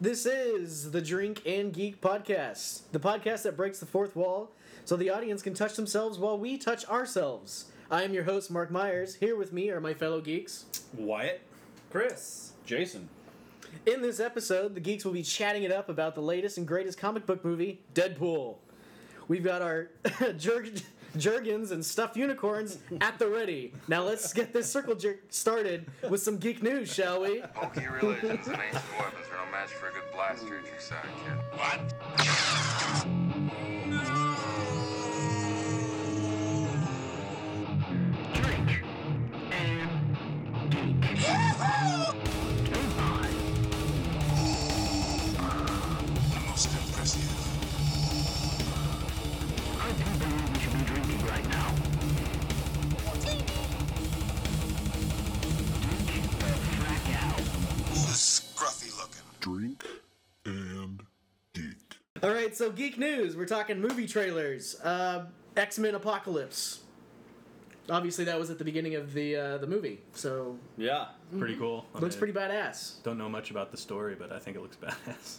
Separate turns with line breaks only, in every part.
This is the Drink and Geek Podcast, the podcast that breaks the fourth wall so the audience can touch themselves while we touch ourselves. I am your host, Mark Myers. Here with me are my fellow geeks.
Wyatt. Chris.
Jason.
In this episode, the geeks will be chatting it up about the latest and greatest comic book movie, Deadpool. We've got our jer- jergens and stuffed unicorns at the ready. Now let's get this circle jerk started with some geek news, shall we?
Pokey religions and ancient weapons are no match for a good blaster at your side, kid. What?
most impressive. Who's scruffy looking?
drink and geek.
All right, so geek news. We're talking movie trailers. Uh, X Men Apocalypse. Obviously, that was at the beginning of the uh, the movie, so
Yeah.
Pretty cool. I
looks
mean,
pretty badass.
Don't know much about the story, but I think it looks badass.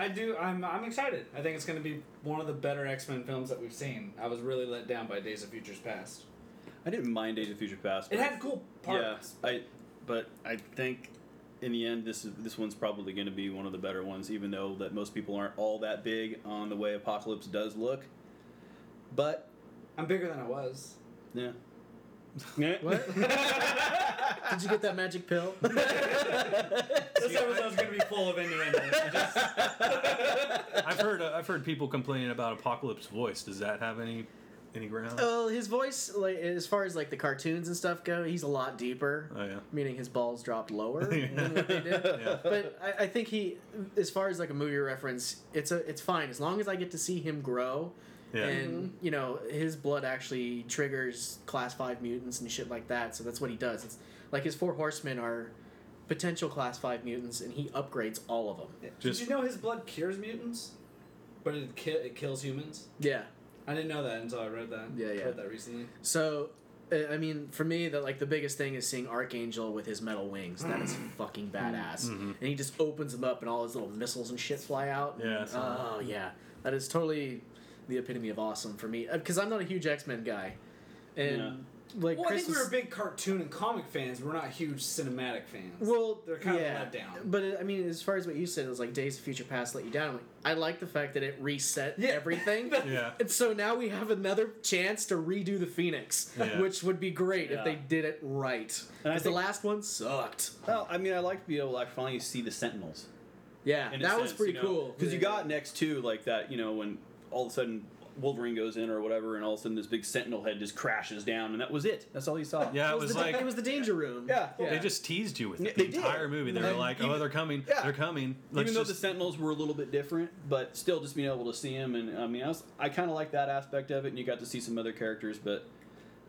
I do. I'm, I'm excited. I think it's going to be one of the better X Men films that we've seen. I was really let down by Days of Futures Past.
I didn't mind Days of Future Past.
It
but-
had cool parts.
Yeah, I. But I think in the end, this is this one's probably going to be one of the better ones, even though that most people aren't all that big on the way Apocalypse does look. But
I'm bigger than I was.
yeah. Yeah.
What? Did you get that magic pill?
This episode's going to be full of innuendos.
I've heard I've heard people complaining about Apocalypse voice. Does that have any any ground?
Oh.
well, his voice, like as far as like the cartoons and stuff go, he's a lot deeper.
Oh, yeah.
Meaning his balls dropped lower
Yeah.
than what they did.
Yeah.
But I, I think he, as far as like a movie reference, it's a it's fine as long as I get to see him grow.
Yeah.
And
Mm-hmm.
you know his blood actually triggers class five mutants and shit like that. So that's what he does. It's like his four horsemen are potential class five mutants, and he upgrades all of them.
Just-
Did you know his blood cures mutants, but it ki- it kills humans?
Yeah.
I didn't know that until I read that.
Yeah, yeah.
Read that recently.
So, uh, I mean, for me, the like the biggest thing is seeing Archangel with his metal wings. That is
Mm-hmm.
fucking badass. And he just opens them up, and all his little missiles and shit fly out.
Yeah, I
And,
uh,
saw
oh yeah, that is totally the epitome of awesome for me. Because I'm not a huge X Men guy, and
Yeah.
like
Well,
Chris
I think we
was-
were big cartoon and comic fans. We're not huge cinematic fans.
Well,
they're kind
yeah.
of let down.
But uh, I mean, as far as what you said, it was like Days of Future Past let you down. Like, I like the fact that it reset
Yeah.
everything.
Yeah.
And so now we have another chance to redo the Phoenix,
Yeah.
which would be great
Yeah.
if they did it right.
And I
Because the
think-
last one sucked.
Well, I mean, I like to be able to like, finally see the Sentinels.
Yeah,
in a
that was
sense,
pretty
you
cool.
Because you got next to like that, you know, when all of a sudden Wolverine goes in or whatever, and all of a sudden this big Sentinel head just crashes down, and that was it. That's all you saw.
yeah,
It
it
was,
was
the,
like
it was the Danger Room.
Yeah.
they just teased you with
Yeah,
it the
they did.
entire movie. They were
And
like, "Oh,
even-
they're coming!
yeah.
They're coming!" Let's
Even though the
just-
Sentinels were a little bit different, but still just being able to see them, and I mean, I, was- I kind of like that aspect of it, and you got to see some other characters, but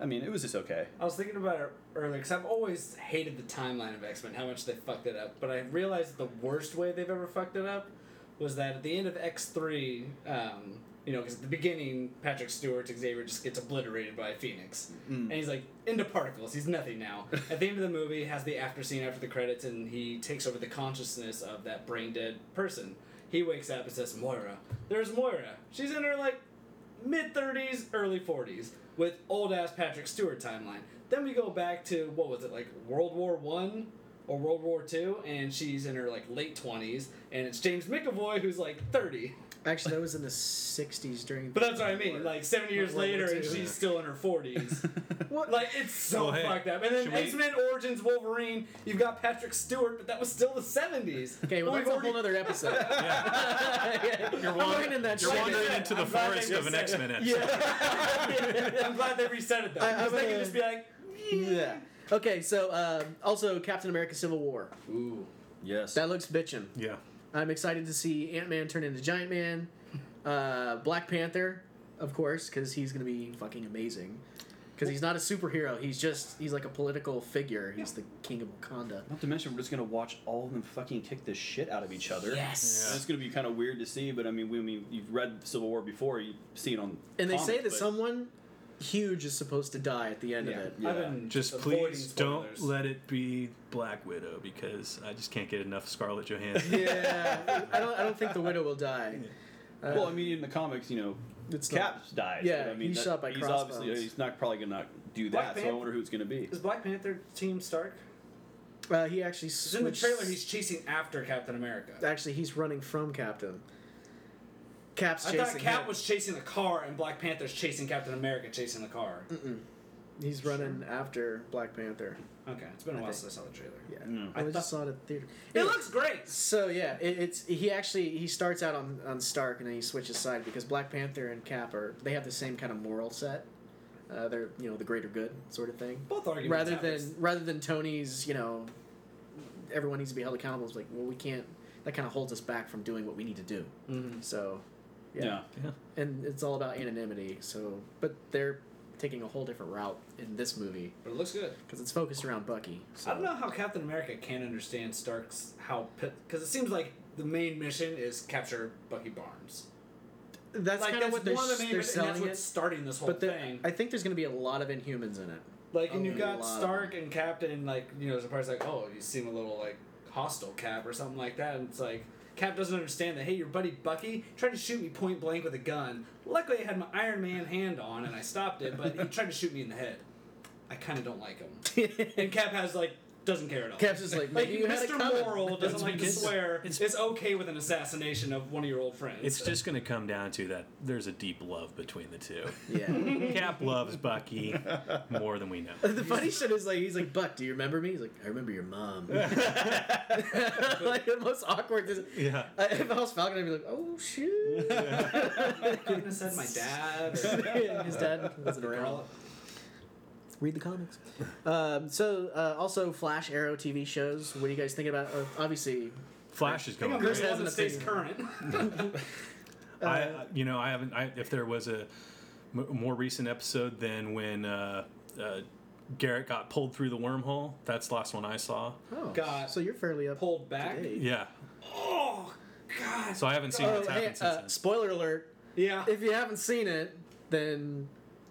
I mean, it was just okay.
I was thinking about it earlier because I've always hated the timeline of X Men, how much they fucked it up. But I realized the worst way they've ever fucked it up was that at the end of X three, um, you know, because at the beginning Patrick Stewart Xavier just gets obliterated by Phoenix, and he's like into particles. He's nothing now. at the end of the movie, has the after scene after the credits, and he takes over the consciousness of that brain dead person. He wakes up and says, "Moira, there's Moira. She's in her like mid 30s, early 40s with old ass Patrick Stewart timeline. Then we go back to what was it like World War One or World War Two, and she's in her like late 20s, and it's James McAvoy who's like 30.
Actually, that was in the 60s during.
But that's what I mean. Like seven years
World War
later, and
Two.
she's still in her 40s.
What?
like it's so
Well, hey,
fucked up. And then
should we-
X Men Origins Wolverine, you've got Patrick Stewart, but that was still the 70s.
Okay, well,
We've
that's a whole
already-
other episode.
yeah,
You're
wandering-
in that
you're
shit.
wandering
Yeah,
into the
I'm glad
forest
they
of an
said
X Men.
I'm glad they reset it though.
I- I
Because they
would, uh,
can just be like,
Yeah. Okay, so um, also Captain America: Civil War.
ooh.
Yes.
That looks bitchin'.
Yeah,
I'm excited to see Ant Man turn into Giant Man, uh, Black Panther, of course, because he's gonna be fucking amazing. Because he's not a superhero. He's just he's like a political figure. He's the king of Wakanda.
Not to mention, we're just gonna watch all of them fucking kick the shit out of each other.
Yes.
And it's gonna be kind of weird to see, but I mean, we I mean, you've read Civil War before, you've seen it on.
And they
comics,
say that
but-
someone huge is supposed to die at the end of it.
I've been
Just
avoiding
please don't
spoilers.
let it be Black Widow because I just can't get enough Scarlett Johansson.
Yeah, I don't. I don't think the widow will die.
well,
uh,
I mean, in the comics, you know,
It's not-
Caps dies.
Yeah,
but I mean,
he's shot by
he's
crossbones.
obviously he's not probably gonna not do
Black
that. So I
Panther-
wonder who it's gonna be.
Is Black Panther Team Stark?
Uh, he actually
'Cause in the
switched-
trailer, he's chasing after Captain America.
actually he's running from Captain. Cap's
I
chasing.
thought Cap
him.
was chasing the car and Black Panther's chasing Captain America chasing the car.
Mm. He's running after Black Panther.
Okay, it's been a while
think-
since I saw the trailer.
Yeah,
No.
I,
I
just
thought-
saw it at the theater.
It looks great.
So yeah, it, it's he actually he starts out on on Stark and then he switches side because Black Panther and Cap are they have the same kind of moral set. Uh, they're you know the greater good sort of thing.
Both arguments.
Rather
have
than
its-
rather than Tony's you know everyone needs to be held accountable. It's like well we can't that kind of holds us back from doing what we need to do.
Mm-hmm.
So yeah.
Yeah.
Yeah.
and it's all about anonymity. So but they're taking a whole different route in this movie
but it looks good.
because it's focused around Bucky. So.
I don't know how Captain America can understand Stark's how because it seems like the main mission is capture Bucky Barnes.
That's
like
kind of
that's
what they're,
one of the main
they're
missions, and
selling
that's
it.
what's starting this whole
But there-
thing.
I think there's going to be a lot of Inhumans in it.
like and
a
you've
lot
got
of
Stark and Captain like you know surprised like oh you seem a little like hostile Cap or something like that and it's like Cap doesn't understand that hey your buddy Bucky tried to shoot me point blank with a gun. Luckily I had my Iron Man hand on and I stopped it, but he tried to shoot me in the head. I kind of don't like him. and Cap has like doesn't care at all.
Cap's just like, maybe you had it
Mr.
coming.
Moral doesn't
It's
like to
because-
swear. It's,
it's-
okay with an assassination of one of your old friends.
It's just going to come down to that there's a deep love between the two.
Yeah.
Cap loves Bucky more than we know.
the funny shit is like he's like Buck, do you remember me? He's like I remember your mom. like the most awkward. Is,
Yeah.
I, if I was Falcon, I'd be like, oh shoot.
couldn't have said my dad.
His dad wasn't
Or
around. Read the comics. Um, so uh, also Flash Arrow TV shows. What do you guys think about? Uh, obviously,
Flash is going.
I'm
Chris
Great.
the
has
one
an
that stays current.
I, I- you know, I haven't. I, if there was a m- more recent episode than when uh, uh, Garrett got pulled through the wormhole, that's the last one I saw.
oh
Got
So you're fairly up.
pulled back.
to date.
Yeah.
Oh God.
So I haven't seen
Oh,
what's
hey,
happened since
uh,
then.
spoiler alert!
yeah.
If you haven't seen it, then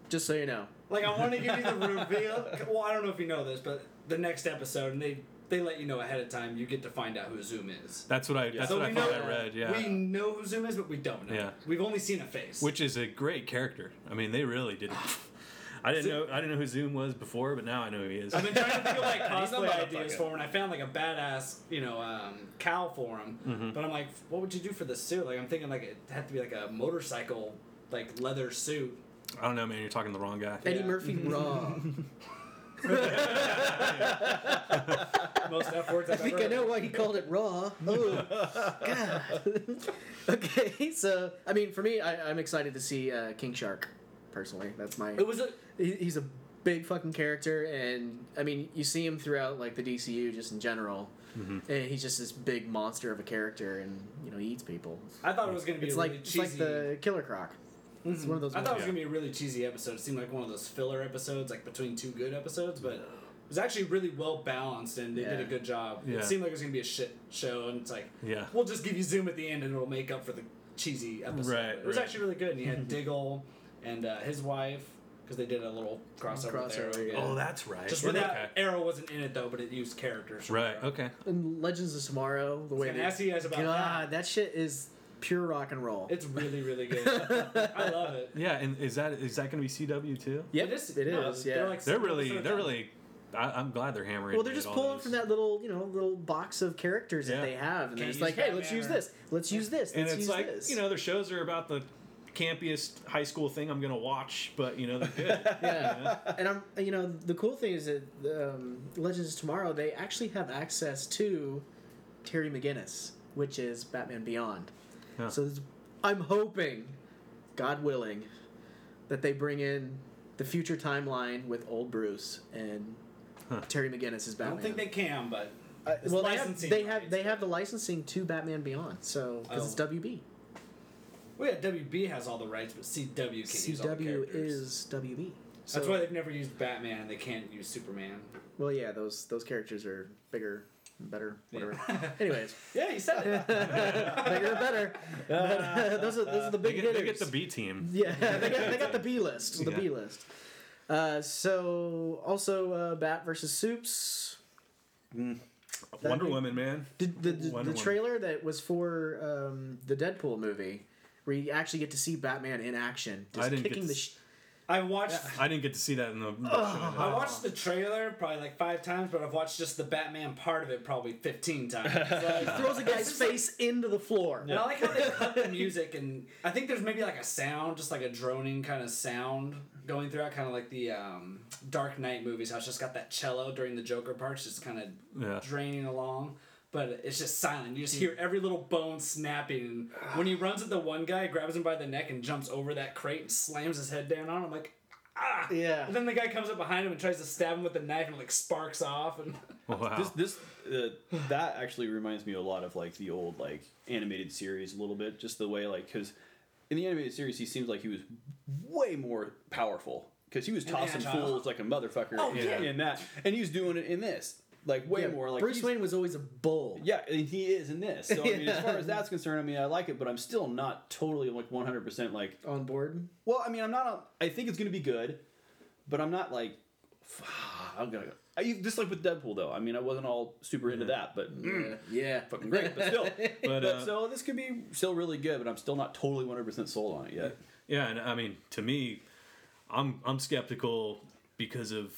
just so you know,
Like I want to give you the reveal. Well, I don't know if you know this, but the next episode, and they they let you know ahead of time. You get to find out who Zoom is.
That's what I. That's what I thought
know,
I read. Yeah.
We know who Zoom is, but we don't know.
Yeah.
We've only seen a face.
Which is a great character. I mean, they really did. I didn't know. I didn't know who Zoom was before, but now I know who he is.
I've been trying to think of like
He's a
cosplay
motherfucker.
ideas for him, and I found like a badass, you know, um, cow for him.
Mm-hmm.
But I'm like, what would you do for the suit? Like, I'm thinking like it had to be like a motorcycle, like leather suit.
I don't know, man. You're talking to the wrong guy.
Eddie
Yeah.
Murphy raw.
Most F words I've
I think
ever
I know why he called it raw. Oh, God. okay, so I mean, for me, I, I'm excited to see uh, King Shark. Personally, that's my.
It was a
he, he's a big fucking character, and I mean, you see him throughout like the DCU just in general,
Mm-hmm.
and he's just this big monster of a character, and you know, he eats people.
I thought it was gonna be
It's
a really
like it's
cheesy.
like the Killer Croc. It's one of those.
I thought it was
Yeah.
gonna be a really cheesy episode. It seemed like one of those filler episodes, like between two good episodes, but it was actually really well balanced and they did
Yeah.
a good job.
Yeah.
It seemed like it was gonna be a shit show, and it's like,
Yeah.
we'll just give you Zoom at the end and it'll make up for the cheesy episode.
Right,
It was
right.
actually really good, and you had Diggle and uh, his wife because they did a little crossover.
Crossover,
there.
yeah.
Oh, that's right.
Just
Okay.
without Arrow wasn't in it though, but it used characters. from
Right.
Arrow.
Okay.
and Legends of Tomorrow. The way
gonna
they-
ask you guys E about
God,
that.
that shit is pure rock and roll.
It's really really good. I love it.
Yeah, and is that is that going to be CW too?
Yep,
it is.
It
no,
is,
they're
yeah.
like
They're
seven
really.
episodes
They're
out.
really. I, I'm glad they're hammering.
Well, they're
at
just
all
pulling
these.
from that little, you know, little box of characters
Yeah.
that they have, and
Can't
they're just
use
like, hey, let's
Batman
use
or-
this, let's use this,
And
let's
it's
use
like
this.
you know, their shows are about the campiest high school thing I'm going to watch, but you know they're good.
yeah. And I'm, you know, the cool thing is that um, Legends of Tomorrow they actually have access to Terry McGinnis, which is Batman Beyond.
Huh.
So this, I'm hoping, God willing, that they bring in the future timeline with old Bruce and Terry McGinnis is
I
Batman. Uh,
don't think they can, but it's
well, they have
licensing
they have,
rights.
they have the licensing to Batman Beyond, so because it's
Oh.
WB.
Well, yeah, WB has all the rights, but CW can use all the
CW
characters.
is WB. So,
That's why they've never used Batman. They can't use Superman.
well, yeah, those those characters are bigger better, whatever. Anyways,
Yeah, you said it.
bigger better. But, those are those are the
They
big
get, they
hitters.
get the B team.
yeah, they got, they got the B list. The
Yeah.
B list. Uh, so also uh, Bat versus Soups.
Wonder
be-
Woman, man.
Did the, the, the
Wonder Woman.
trailer that was for um, the Deadpool movie, where you actually get to see Batman in action, just
I didn't get
kicking
to
the
s-
sh-
I watched.
I didn't get to see that in the.
I
Oh.
watched the trailer probably like five times, but I've watched just the Batman part of it probably fifteen times. Like,
throws a guy's face into the floor.
And I like how they cut the music, and I think there's maybe like a sound, just like a droning kind of sound going throughout, kind of like the um, Dark Knight movies. How it's just got that cello during the Joker parts, just kind of
Yeah.
draining along. But it's just silent. You just hear every little bone snapping. When he runs at the one guy, grabs him by the neck and jumps over that crate and slams his head down on him. I'm like, ah!
Yeah.
And then the guy comes up behind him and tries to stab him with the knife and like sparks off. And
Wow.
This this uh, that actually reminds me a lot of like the old like animated series a little bit, just the way like because in the animated series he seems like he was way more powerful because he was tossing
agile.
fools like a motherfucker
Oh,
in,
yeah.
in that, and he was doing it in this like way
Yeah,
more like
Bruce
he's-
Wayne was always a bull.
Yeah, and he is in this. So I mean, as
Yeah.
far as that's concerned, I mean, I like it, but I'm still not totally like 100 percent like.
On board.
Well, I mean, I'm not. A, I think it's gonna be good, but I'm not like. I'm gonna. I, just like with Deadpool though. I mean, I wasn't all super into that, but mm,
Yeah.
fucking great. But still,
But,
but,
uh,
so this could be still really good, but I'm still not totally 100 percent sold on it yet.
Yeah, and I mean, to me, I'm I'm skeptical because of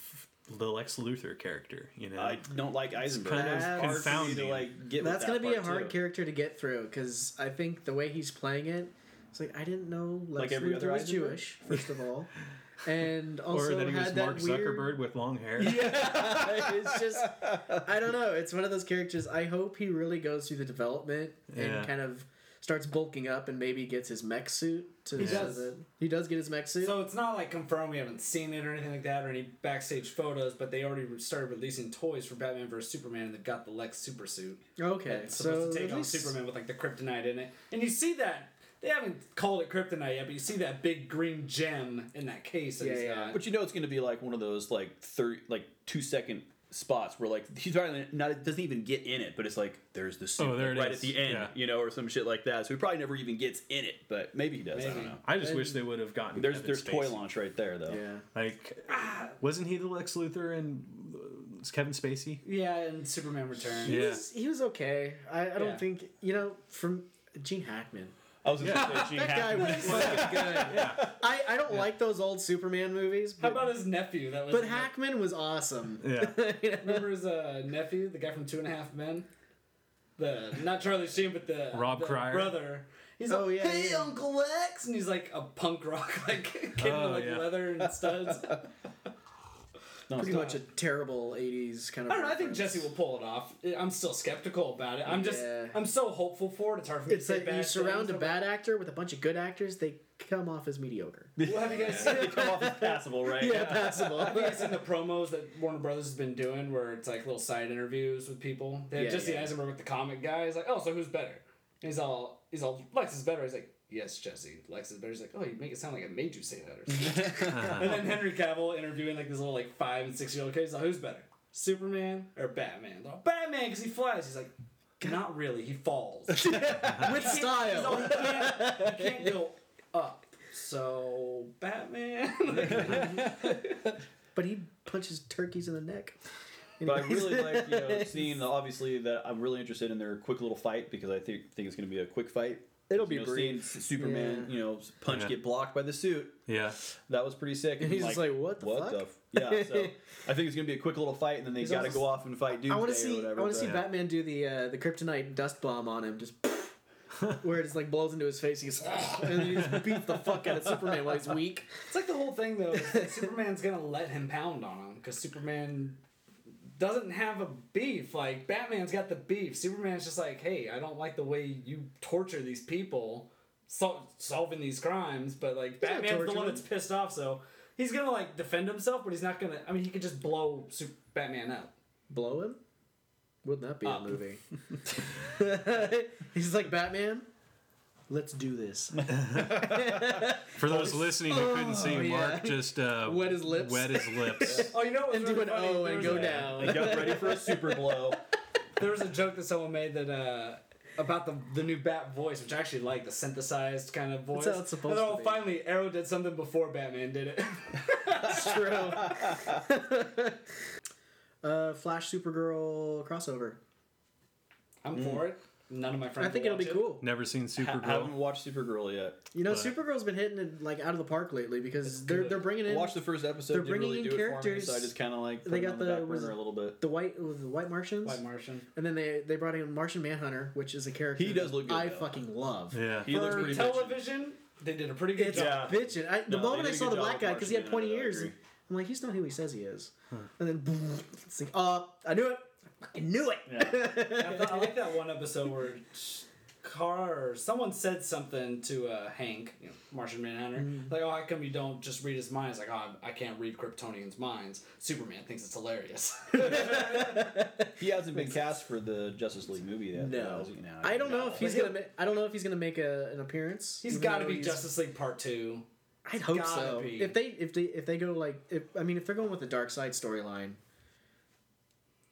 the Lex Luthor character. You know,
I don't like Eisenberg.
kind of
It's hard for me
confounding.
To, like, get with
That's
that
gonna be a
part,
hard
too.
character to get through because I think the way he's playing it, it's like I didn't know Lex
Like every other
Luthor was
Eisenberg?
Jewish first of all, and
or
also
that he
had
was
that
Mark
weird.
Zuckerberg with long hair.
it's just I don't know. It's one of those characters. I hope he really goes through the development
Yeah.
and kind of starts bulking up and maybe gets his mech suit. To
He does.
He does get his mech suit.
So it's not like confirmed we haven't seen it or anything like that or any backstage photos, but they already re- started releasing toys for Batman vs Superman and they've got the Lex super suit.
okay,
It's
so
supposed to take
at
on
least-
Superman with like the kryptonite in it. And you see that they haven't called it kryptonite yet, but you see that big green gem in that case that
Yeah,
he's
yeah.
got.
But you know it's going to be like one of those like thirty like two second spots where like he's probably not it doesn't even get in it, but it's like there's the suit
Oh, there
like,
it
right
is.
at the end,
Yeah.
you know, or some shit like that. So he probably never even gets in it, but maybe he does. I don't
Maybe.
know.
I just wish they would have gotten
There's
Kevin
there's toy
Spacey.
launch right there though.
Yeah.
Like, wasn't he the Lex Luthor and uh, it's Kevin Spacey?
yeah, and Superman Returns.
He
Yeah.
was he was okay. I, I
Yeah.
don't think you know from Gene Hackman.
I was gonna say Gene
That guy
Hackman.
was fucking good. I, I don't like those old Superman movies,
How
but,
about his nephew? That was
but Hackman was awesome.
Yeah.
You know?
Remember his uh, nephew, the guy from Two and a Half Men? The not Charlie Sheen, but the
Rob
the
Cryer?
brother. He's
Oh,
like,
yeah,
hey,
yeah.
Uncle Lex, and he's like a punk rock like kid
Oh,
with like
yeah.
leather and studs. I
Pretty much a terrible '80s kind of.
don't know. I think
reference.
Jesse will pull it off. I'm still skeptical about it. I'm just
Yeah.
I'm so hopeful for it. It's hard for me
It's
to say
like
bad
you surround
things
a
about-
bad actor with a bunch of good actors, they come off as mediocre.
Well, have you guys seen?
They come off as passable, right?
yeah, passable.
Have you guys seen the promos that Warner Brothers has been doing, where it's like little side interviews with people? They had
Yeah,
Jesse
yeah.
Eisenberg with the comic guy. He's like, "Oh, so who's better?" And he's all, "He's all Lex is better." He's like, "Yes, Jesse, Lex is better." He's like, "Oh, you make it sound like I made you say that." Or something. and then Henry Cavill interviewing like this little like five and six year old kid. He's like, "Who's better, Superman or Batman?" They're all, "Batman, because he flies." He's like, "Not really. He falls."
With
He's all,
style.
"He can't, he can't go up." So Batman.
But he punches turkeys in the neck.
But I really like you know seeing the, obviously that I'm really interested in their quick little fight because I think think it's gonna be a quick fight.
It'll
You know, seeing Superman,
Yeah.
you know, punch
Yeah.
get blocked by the suit.
Yeah.
That was pretty sick.
And he's just like, "What the fuck?"
f-" yeah, so I think it's gonna be a quick little fight, and then they got to
also-
go off and fight Doomsday
I want to
or
see. I
whatever.
want to see
but-
Batman do the uh, the kryptonite dust bomb on him, just where it just like blows into his face. He's and then he just beats the fuck out of Superman while he's weak.
It's like the whole thing though. is that Superman's gonna let him pound on him because Superman doesn't have a beef. Like Batman's got the beef. Superman's just like, hey, I don't like the way you torture these people, sol- solving these crimes. But like
not
Batman's the
torturing
one
them.
that's pissed off, so he's gonna like defend himself, but he's not gonna. I mean, he could just blow Super- Batman up.
Blow him? Wouldn't that be
Up.
a movie? he's like Batman. Let's do this.
For those listening who couldn't see, Mark
yeah.
just uh,
Wet his lips.
Wet his lips.
Oh, you know, what was
And do
really
an
funny?
O
There
and
was
go
a-
down.
They got ready for a super blow.
there was a joke that someone made that uh, about the the new Bat voice, which I actually like the synthesized kind of voice.
how it's supposed
and then,
to
oh,
be.
finally, Arrow did something before Batman did it.
It's true. uh, Flash Supergirl crossover.
I'm for it. None of my friends.
Mm. I think
will
it'll be
watch it.
cool.
Never seen
I haven't
Supergirl.
watched Supergirl yet.
You know,
But-
Supergirl's been hitting it like out of the park lately because they're they're bringing
I
in
watched the first episode.
They're
didn't
bringing
really
in
do It
characters.
for me, so I just kind of like put
They
it
got
on the,
the-
back
was
burner
it-
a little bit.
the white the White Martians.
White Martian.
and then they they brought in Martian Manhunter, which is a character
He does
that
look good,
I
though.
fucking love.
Yeah.
He looks
For
pretty bitchin'.
television, they did a pretty good
It's
job.
Yeah.
bitching. I, the
No,
moment
they
I
did a
saw
good
the
job
black
with
guy because he had
Martian
pointy
Manhunter, I
ears,
agree.
I'm like, he's not who he says he is. And then it's like, oh, I knew it. I knew it.
I, thought- I like that one episode where Car or someone said something to uh, Hank, you know, Martian Manhunter,
Mm.
like, "Oh, how come you don't just read his mind?" It's like, "Oh, I'm- I can't read Kryptonians' minds." Superman thinks it's hilarious.
He hasn't been cast for the Justice League movie yet. though,
No,
has he?
I don't know
No.
if he's
But
gonna. Ma- I don't know if he's gonna make a, an appearance.
he's
even
got to
though
be
he's-
Justice League Part Two.
I'd hope
gotta
so.
be.
If they if they if they go like, if, I mean, if they're going with the dark side storyline,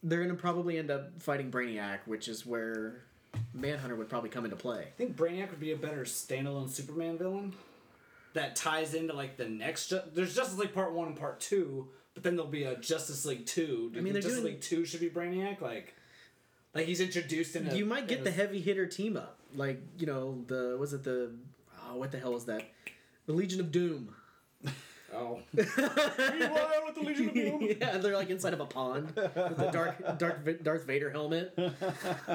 they're gonna probably end up fighting Brainiac, which is where Manhunter would probably come into play.
I think Brainiac would be a better standalone Superman villain that ties into like the next. Ju- There's Justice League Part One and Part Two, but then there'll be a Justice League Two. Do you
mean, they're
think Justice
doing-
League Two should be Brainiac? Like, like he's introduced in. A,
You might
in
get
a-
the heavy hitter team up, like you know the was it the oh what the hell was that, the Legion of Doom.
Oh. with the Legion of Doom.
yeah, they're like inside of a pond with the dark dark Va- Darth Vader helmet.
I, I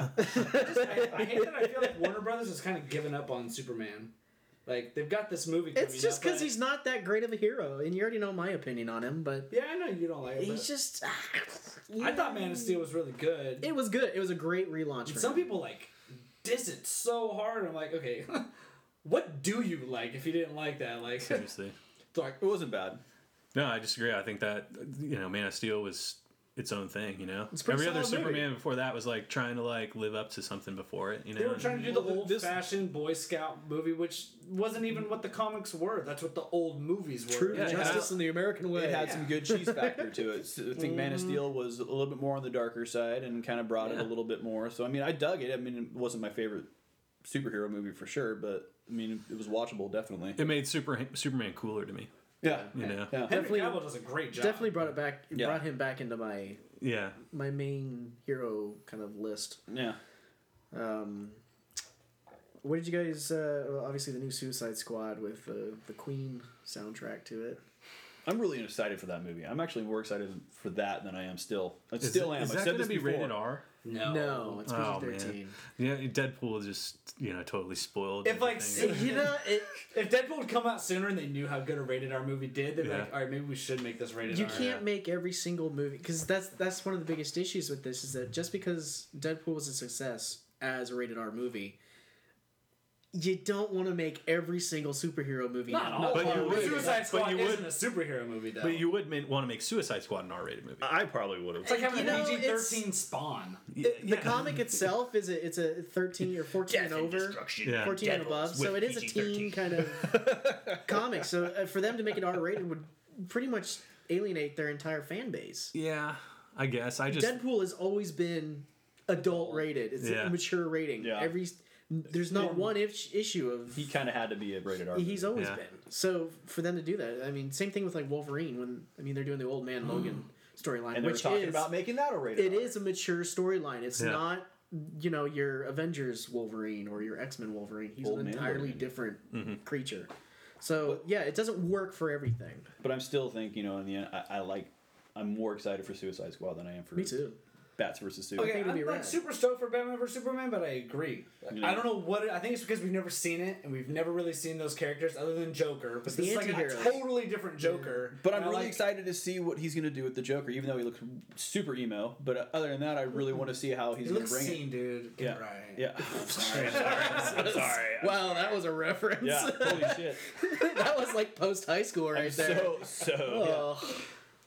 hate that I feel like Warner Brothers has kind of given up on Superman. Like they've got this movie.
It's
coming
just
up,
because
and-
he's not that great of a hero, and you already know my opinion on him, but
Yeah, I know you don't like it.
he's
But
just. ah,
I thought Man of Steel was really good.
It was good. It was a great relaunch. For
Some
him.
people like diss it so hard. I'm like, okay, what do you like if you didn't like that? Like,
Seriously.
like
It wasn't bad.
No, I disagree. I think that you know, Man of Steel was its own thing. You know,
a pretty
every other
solid movie.
Superman before that was like trying to like live up to something before it. You know,
they were trying to do the
Well,
old
this-
fashioned Boy Scout movie, which wasn't even what the comics were. That's what the old movies were.
True
Yeah,
justice in the American way.
It had some good cheese factor to it. So I think Man of Steel was a little bit more on the darker side and kind of brought it a little bit more. So I mean, I dug it. I mean, it wasn't my favorite superhero movie for sure, but I mean, it was watchable definitely.
it made Super Superman cooler to me.
Yeah,
You know,
yeah.
Henry
Definitely-
Cavill does a great job.
Definitely brought it back.
Yeah.
Brought him back into my
yeah.
my main hero kind of list.
yeah.
Um, what did you guys? Uh, well, obviously, the new Suicide Squad with uh, the Queen soundtrack to it.
I'm really excited for that movie. I'm actually more excited for that than I am still. I
Is
still
it-
am.
Is
I've
that
said
going
this
to be
before.
rated R?
no.
No, it's
Oh,
PG thirteen.
Yeah, Deadpool is just you know totally spoiled.
If, like,
everything.
Man.
You know, it,
If Deadpool had come out sooner and they knew how good a rated R movie did, they'd be
Yeah.
like, all right, maybe we should make this rated
you
R.
can't make every single movie because that's that's one of the biggest issues with this is that just because Deadpool was a success as a rated R movie, you don't want to make every single superhero movie.
Not
now.
all
But
but
you would.
Suicide
But
Squad
you
isn't
would.
a superhero movie, though.
but you would want to make Suicide Squad an R-rated
Uh,
movie.
I probably would have.
it's like having
You know,
a PG-13
it's-
spawn.
The- the comic itself is a, it's a 13 or 14 and over
yeah.
14 and above so it is a teen kind of comic so uh, for them to make it r-rated would pretty much alienate their entire fan base
yeah, I guess I just
deadpool has always been adult rated it's
Yeah.
a mature rating
Yeah.
every there's not one ish, issue of
He kind of had to be a rated R.
he's always
Yeah.
been so for them to do that i mean same thing with like wolverine when i mean they're doing the old man logan storyline
Hmm. and they were
which
talking
is
about making that a rated
it
R.
is a mature storyline. It's
Yeah.
not, you know, your Avengers Wolverine or your X Men Wolverine. He's
Old
an
man
entirely
Wolverine.
different
Mm-hmm.
creature. So yeah, it doesn't work for everything.
But I'm still think you know in the end I, I like I'm more excited for Suicide Squad than I am for
Me too.
Bats versus Suicide.
Okay,
it'll
I'm
be
like
rad.
super stoked for Batman vs Superman, but I agree.
Yeah.
I don't know what it, I think it's because we've never seen it and we've never really seen those characters other than Joker. But this
the
is like a
anti-heroes.
totally different Joker.
But I'm
and I
really
like-
excited to see what he's going to do with the Joker, even though he looks super emo. But uh, other than that, I really want to see how he's
He
going to
looks
bring
seen,
it.
dude. Get
Yeah.
right.
Yeah.
wow, that was a reference.
yeah. Holy shit.
that was like post high school right there.
So, so.
Oh.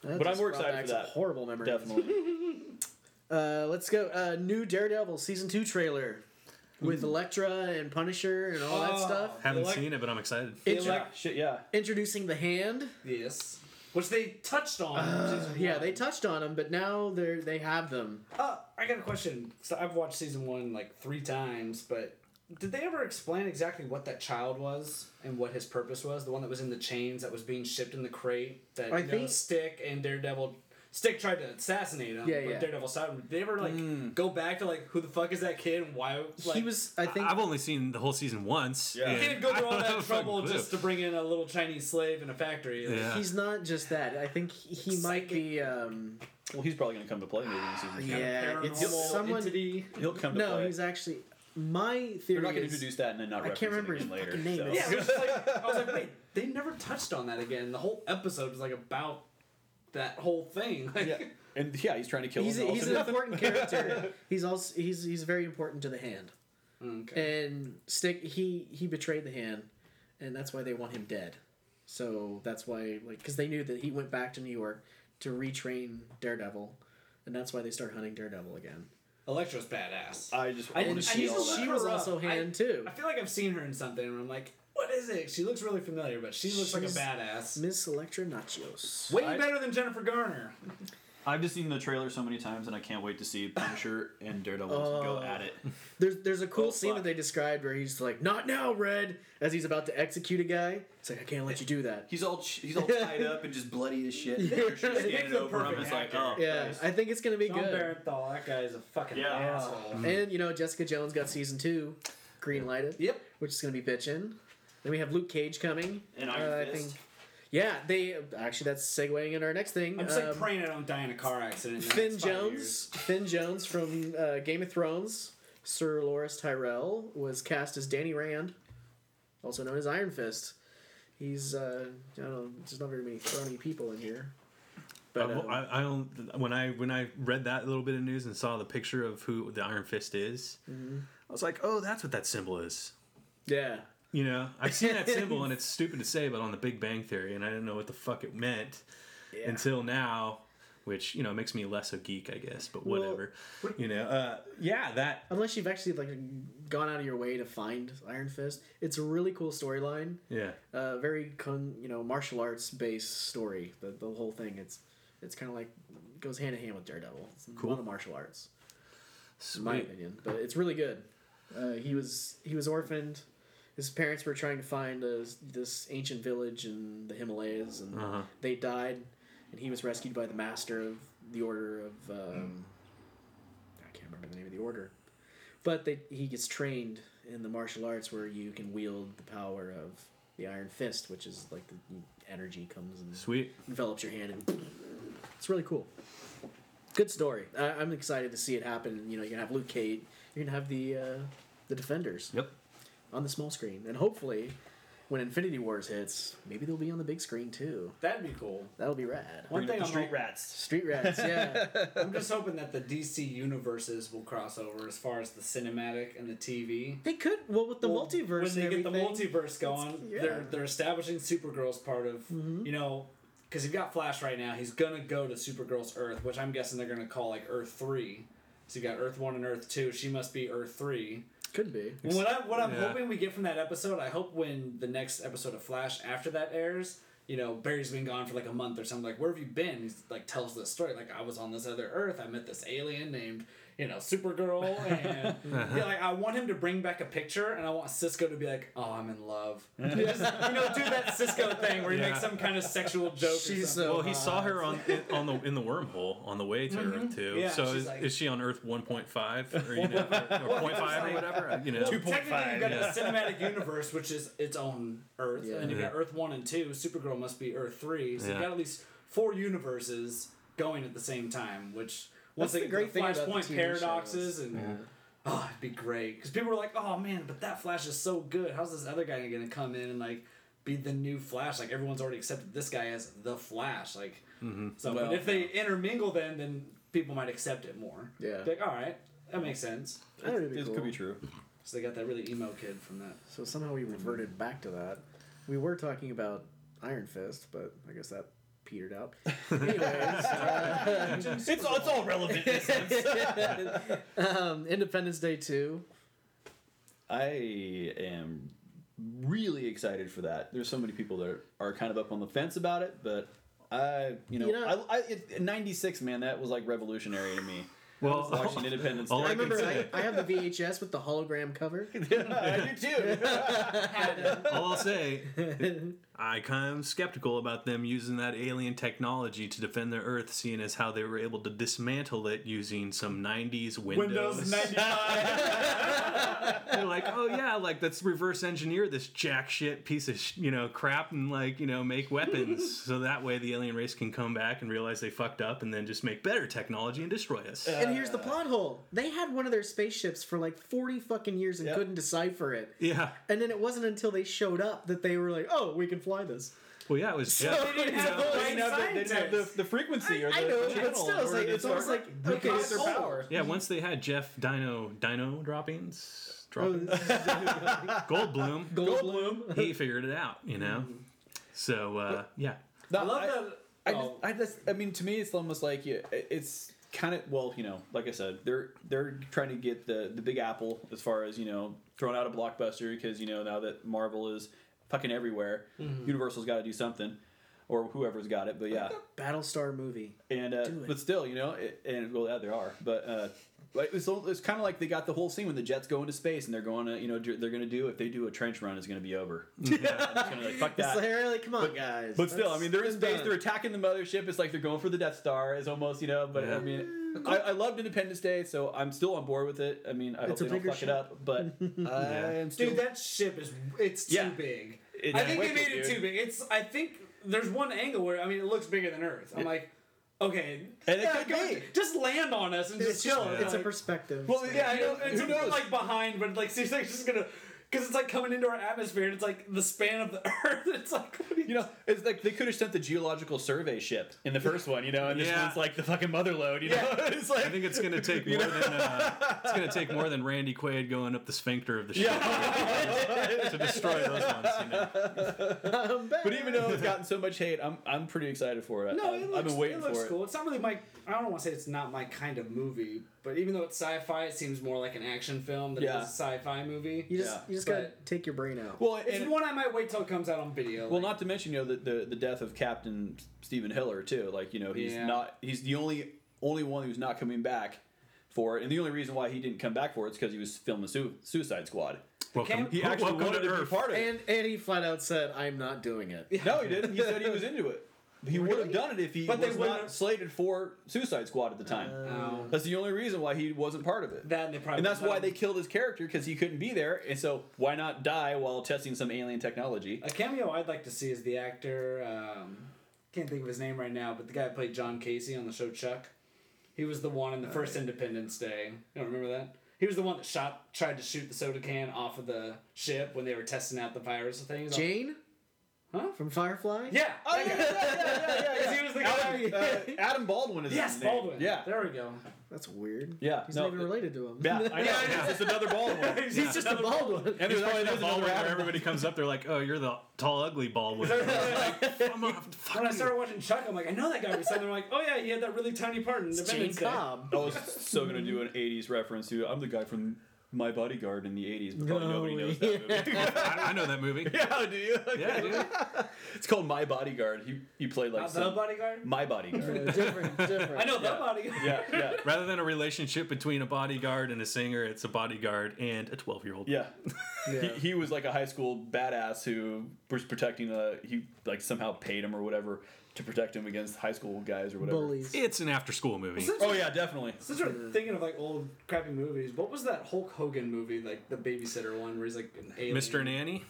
That
But I'm
just
more
brought
excited
back
for
some
that.
Horrible memory.
yeah, definitely.
Uh, let's go. Uh, new Daredevil season two trailer with Elektra and Punisher and all that
Oh.
stuff.
haven't
Elec-
seen it, but I'm excited.
The
Intro-
elec-
Shit, yeah.
introducing the Hand,
yes. which they touched on. in season
Yeah,
one.
they touched on them, but now they're they have them.
Uh, I got a question. So I've watched season one like three times, but did they ever explain exactly what that child was and what his purpose was? The one that was in the chains that was being shipped in the crate that
I
you know,
think-
Stick and Daredevil. Stick tried to assassinate him,
Yeah,
but
yeah.
Daredevil stopped him. Did they ever like go back to like who the fuck is that kid and why? Like,
he was, I think,
I, have only seen the whole season once.
Yeah.
and
He didn't go
I
through all
don't have
that
a fucking
trouble
clue.
just to bring in a little Chinese slave in a factory. Like,
Yeah.
he's not just that. I think he might be. um
Well, he's probably going to come to play maybe in season two.
Yeah, it's
paranormal
someone.
entity.
He'll come to
No,
play.
he's actually. My
They're
theory
not going to
is-
introduce that and then not
I
reference
can't remember
it
his
again later.
fucking name.
so-
It's-
Yeah, it was just like, I was like, wait, they never touched on that again. The whole episode was like about that whole thing. Like,
Yeah. And yeah, he's trying to kill
He's,
him.
he's an important character. He's also he's he's very important to the hand.
okay.
And stick he he betrayed the hand, and that's why they want him dead. So that's why like because they knew that he went back to New York to retrain Daredevil, and that's why they start hunting Daredevil again.
Electra's badass.
I just
I
want to
didn't- I
see
need to
all
look
she
that.
her
was
up.
also
I-
hand too.
I feel like I've seen her in something, and I'm like, what is it? She looks really familiar, but she looks like a
She's-
badass.
Miss Electra Nachios.
Way
I-
better than Jennifer Garner.
I've just seen the trailer so many times, and I can't wait to see Punisher and Daredevil just go at it.
There's there's a cool
Oh,
scene
fuck.
that they described where he's like, "Not now, Red," as he's about to execute a guy. It's like, "I can't let you do that."
He's all ch- he's all tied up and just bloody as shit. and Punisher's
It
standing
makes him
over him.
perfect
It's like,
actor.
oh,
Yeah,
Christ.
I think it's gonna be
John
good. Mm-hmm.
Barenthal, that guy is a fucking
Yeah.
asshole.
And you know, Jessica Jones got season two, green lighted.
Yep.
Which is gonna be bitchin'. Then we have Luke Cage coming. Uh,
And Iron Fist.
Yeah, they actually that's segueing in our next thing.
I'm just like
Um,
praying I don't die in a car accident. in the
Finn
next five
Jones.
years.
Finn Jones from uh, Game of Thrones. Sir Loras Tyrell was cast as Danny Rand, also known as Iron Fist. He's uh, I don't know, there's not very many throny people in here. But
I,
um,
I, I don't. When I when I read that little bit of news and saw the picture of who the Iron Fist is,
Mm-hmm.
I was like, oh, that's what that symbol is.
yeah,
You know, I've seen that symbol and it's stupid to say, but on the Big Bang Theory, and I didn't know what the fuck it meant
Yeah.
until now, which you know makes me less a geek, I guess. But whatever, you know. Uh, yeah, that
unless you've actually like gone out of your way to find Iron Fist, it's a really cool storyline.
yeah.
uh, very con, you know martial arts based story. The, the whole thing it's it's kind of like goes hand in hand with Daredevil. It's a lot of martial arts, in my
Sweet.
opinion, but it's really good. Uh, he was he was orphaned. His parents were trying to find uh this ancient village in the Himalayas, and they died. And he was rescued by the master of the order of um, I can't remember the name of the order, but they, he gets trained in the martial arts where you can wield the power of the Iron Fist, which is like the energy comes and
Sweet.
envelops your hand, and it's really cool. Good story. I, I'm excited to see it happen. You know, you're gonna have Luke Cage, you're gonna have the uh, the Defenders
Yep.
on the small screen, and hopefully, when Infinity Wars hits, maybe they'll be on the big screen too.
That'd be cool.
That'll be rad.
One thing I'm
street
ho-
rats.
Street rats, yeah.
I'm just hoping that the DC universes will cross over as far as the cinematic and the TV.
they could. Well, with the
Well,
multiverse,
When they
and
get the
everything-
multiverse going,
yeah. Mm-hmm.
they're they're establishing Supergirl's part of you know because you've got Flash right now. He's gonna go to Supergirl's Earth, which I'm guessing they're gonna call like Earth Three. So you got Earth One and Earth Two. She must be Earth Three.
could be.
And what I what I'm
Yeah.
hoping we get from that episode, I hope when the next episode of Flash after that airs, you know, Barry's been gone for like a month or something. Like, where have you been? He's like tells this story. Like, I was on this other Earth. I met this alien named you know Supergirl, and yeah, like I want him to bring back a picture, and I want Cisco to be like, oh, I'm in love. Just, you know, do that Cisco thing where you
Yeah.
make some kind of sexual joke.
She's
or something.
so
Well, Oh, he saw her on on the in the wormhole on the way to Earth too.
Mm-hmm. Yeah,
so
she's
is,
like-
is she on Earth one point five or you know or, or point five or whatever? You know,
Well, technically, you've got
yeah.
the cinematic universe, which is its own Earth,
Yeah.
and then you've got Earth one and two. Supergirl must be Earth three, so you've
Yeah.
got at least four universes going at the same time. Which once
That's
they
the
get
great
the
thing about the
Flashpoint
TV
paradoxes
shows.
and. Oh, it'd be great because people were like, "Oh man, but that Flash is so good. How's this other guy gonna come in and like be the new Flash? Like everyone's already accepted this guy as the Flash. Like, so
Well,
but if they intermingle, then then people might accept it more.
Yeah.
like all right, that makes sense.
That would be
This
cool.
could be true.
So they got that really emo kid from that.
So somehow we reverted back to that. We were talking about Iron Fist, but I guess that petered out. Anyways, uh,
It's, it's all relevant.
um, Independence Day two.
I am really excited for that. There's so many people that are kind of up on the fence about it, but I, you know,
You know-
I, I, it, 96, man, that was like revolutionary to me.
Well,
Watching Independence
all
Day.
I
I remember
can
I,
say-
I have the VHS with the hologram cover.
I do too.
all I'll say, I kind of skeptical about them using that alien technology to defend their Earth, seeing as how they were able to dismantle it using some '90s Windows.
Windows 95.
They're like, oh yeah, like let's reverse engineer this jack shit piece of sh- you know crap and like you know make weapons so that way the alien race can come back and realize they fucked up and then just make better technology and destroy us.
and here's
Uh,
the plot hole. They had one of their spaceships for like 40 fucking years and
Yep.
couldn't decipher it.
yeah.
And then it wasn't until they showed up that they were like, "Oh, we can fly this."
Well, yeah, it was.
So-
yeah.
didn't have the
They didn't have the, they didn't have the, the frequency or the
I know,
channel
but still, it's
in order
like
to
it's almost
start-
like okay,
cost
so-
their power.
Yeah, once they had Jeff Dino Dino droppings,
Oh,
droppings Goldblum,
Goldblum.
he figured it out, you know. So uh, yeah,
No,
I love
I-
that.
I just,
oh,
I just, I mean, to me, it's almost like yeah, it- it's kind of well, you know, like I said, they're they're trying to get the the Big Apple as far as you know, throwing out a blockbuster because you know now that Marvel is fucking everywhere,
Mm-hmm.
Universal's got to do something, or whoever's got it. But yeah,
Battlestar movie.
and uh,
Do it.
but still, you know, it, and well, yeah, there are, but. uh like, it's, al- it's kind of like they got the whole scene when the jets go into space and they're going to you know dr- they're going to do if they do a trench run it's going to be over. It's gonna be like, fuck
It's
that.
like, they're like, come on, guys.
But still, I mean, they're in
That's been
space.
done.
They're attacking the mothership. It's like they're going for the Death Star. It's almost, you know. But
Yeah.
I mean, I, I loved Independence Day, so I'm still on board with it. I mean, I
It's a
hope they don't
bigger
fuck
ship.
it up. But uh, I'm still.
dude, that ship is it's too
Yeah.
big.
It's
I think
wicked,
they made it
dude.
too big. It's I think there's one angle where I mean it looks bigger than Earth. I'm like, okay,
And it
yeah,
could
go-
be.
just land on us and
it's
just chill.
just, it's a
Like,
perspective.
well, yeah,
I
I know,
know, it's
who
from,
knows?
like behind, but like seems like it's just gonna because it's like coming into our atmosphere and it's like the span of the Earth. It's like what are
you know, it's like they could have sent the geological survey ship in the first one, you know, and this
Yeah.
one's like the fucking mother load, you know. it's like
I think it's gonna take more than uh, it's gonna take more than Randy Quaid going up the sphincter of the ship to destroy those ones. You know?
I'm back.
But even though it's gotten so much hate, I'm I'm pretty excited for it.
No,
I,
it looks,
I've been waiting
it looks
for
cool.
it.
It's not really my. I don't want to say it's not my kind of movie, but even though it's sci-fi, it seems more like an action film than
Yeah.
it is a sci-fi movie.
you just
Yeah.
you just
But-
gotta take your brain out.
Well,
it's
and-
one I might wait till it comes out on video.
Well,
like-
not to mention, you know, the, the, the death of Captain Stephen Hiller too. Like, you know, he's
Yeah.
not he's the only only one who's not coming back for it. And the only reason why he didn't come back for it is because he was filming Su- Suicide Squad.
Welcome,
camp-
He actually
Oh, welcome
wanted
to
to, be
Earth.
part of it.
and and he flat out said, "I'm not doing it."
No, he didn't. He said he was into it. He would have done it if he
But they
was
wouldn't
not
have-
slated for Suicide Squad at the time.
Oh.
that's the only reason why he wasn't part of it.
that and they probably
and that's
wouldn't
why
let
they
him-
killed his character because he couldn't be there. And so why not die while testing some alien technology?
A cameo I'd like to see is the actor. Um, can't think of his name right now, but the guy who played John Casey on the show Chuck. He was the one in the first Independence Day. You don't remember that? He was the one that shot, tried to shoot the soda can off of the ship when they were testing out the virus things.
Jane,
Huh?
From Firefly.
Yeah.
Oh, yeah, yeah, yeah, yeah, yeah, yeah.
He was the
Alan-
guy.
uh, Adam Baldwin is
Yes,
his name.
Baldwin.
Yeah,
There we go.
that's weird.
Yeah,
he's
no,
not even
it-
related to him.
Yeah, I know. It's just another Baldwin.
He's
he's just a bald one.
And there's
There's probably
always
that
there's
ball
another
where
Adam.
everybody comes up. They're like, "Oh, you're the tall, ugly ball one." I'm a
When I
fucking
started watching Chuck, I'm like, I know that guy. We saw him. like, oh yeah, he had that really tiny part in
Jane
Independence Day.
Cobb.
I was so gonna do an '80s reference to I'm the guy from My Bodyguard in the '80s, but probably
No
nobody knows
way.
that movie.
I, I know that movie.
yeah, do you?
Yeah, dude.
It's called My Bodyguard. He he played like
Not Uh, the
some-
bodyguard.
My
Uh,
Bodyguard.
different, different.
I know the bodyguard.
yeah, yeah,
Rather than a relationship between a bodyguard and a singer, it's a bodyguard and a 12 year old.
yeah. He,
Yeah.
he was like a high school badass who was protecting the. He like somehow paid him or whatever to protect him against high school guys or whatever.
Bullies.
It's an after school movie.
Since
Oh yeah, definitely.
Since we're thinking of like old crappy movies, what was that Hulk Hogan movie, like the babysitter one, where he's like an alien?
Mr. Nanny?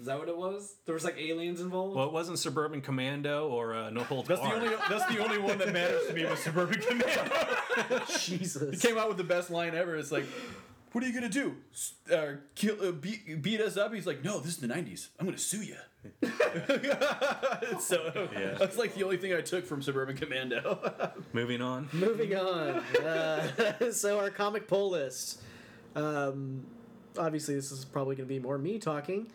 Is that what it was? There was like aliens involved.
Well, it wasn't Suburban Commando or uh, No Holds
That's the
Barred.
only. That's the only one that matters to me was Suburban Commando.
Jesus.
came out with the best line ever. It's like, what are you gonna do? S- Uh, kill, uh, beat, beat us up? He's like, no, this is the '90s. I'm gonna sue you. so that's like the only thing I took from Suburban Commando.
Moving on.
Moving on. Uh, so our comic poll list. Um, obviously, this is probably going to be more me talking.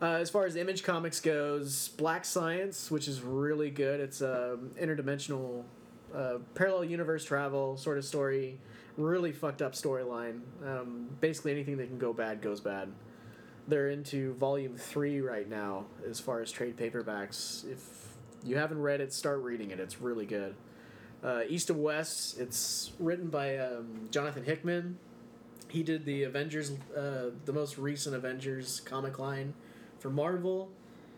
Uh, as far as Image Comics goes, Black Science, which is really good. It's um, interdimensional, uh, parallel universe travel sort of story. Really fucked up storyline. Um, basically, anything that can go bad goes bad. They're into volume three right now, as far as trade paperbacks. If You haven't read it? Start reading it. It's really good. Uh, East and West. It's written by um, Jonathan Hickman. He did the Avengers, uh, the most recent Avengers comic line for Marvel.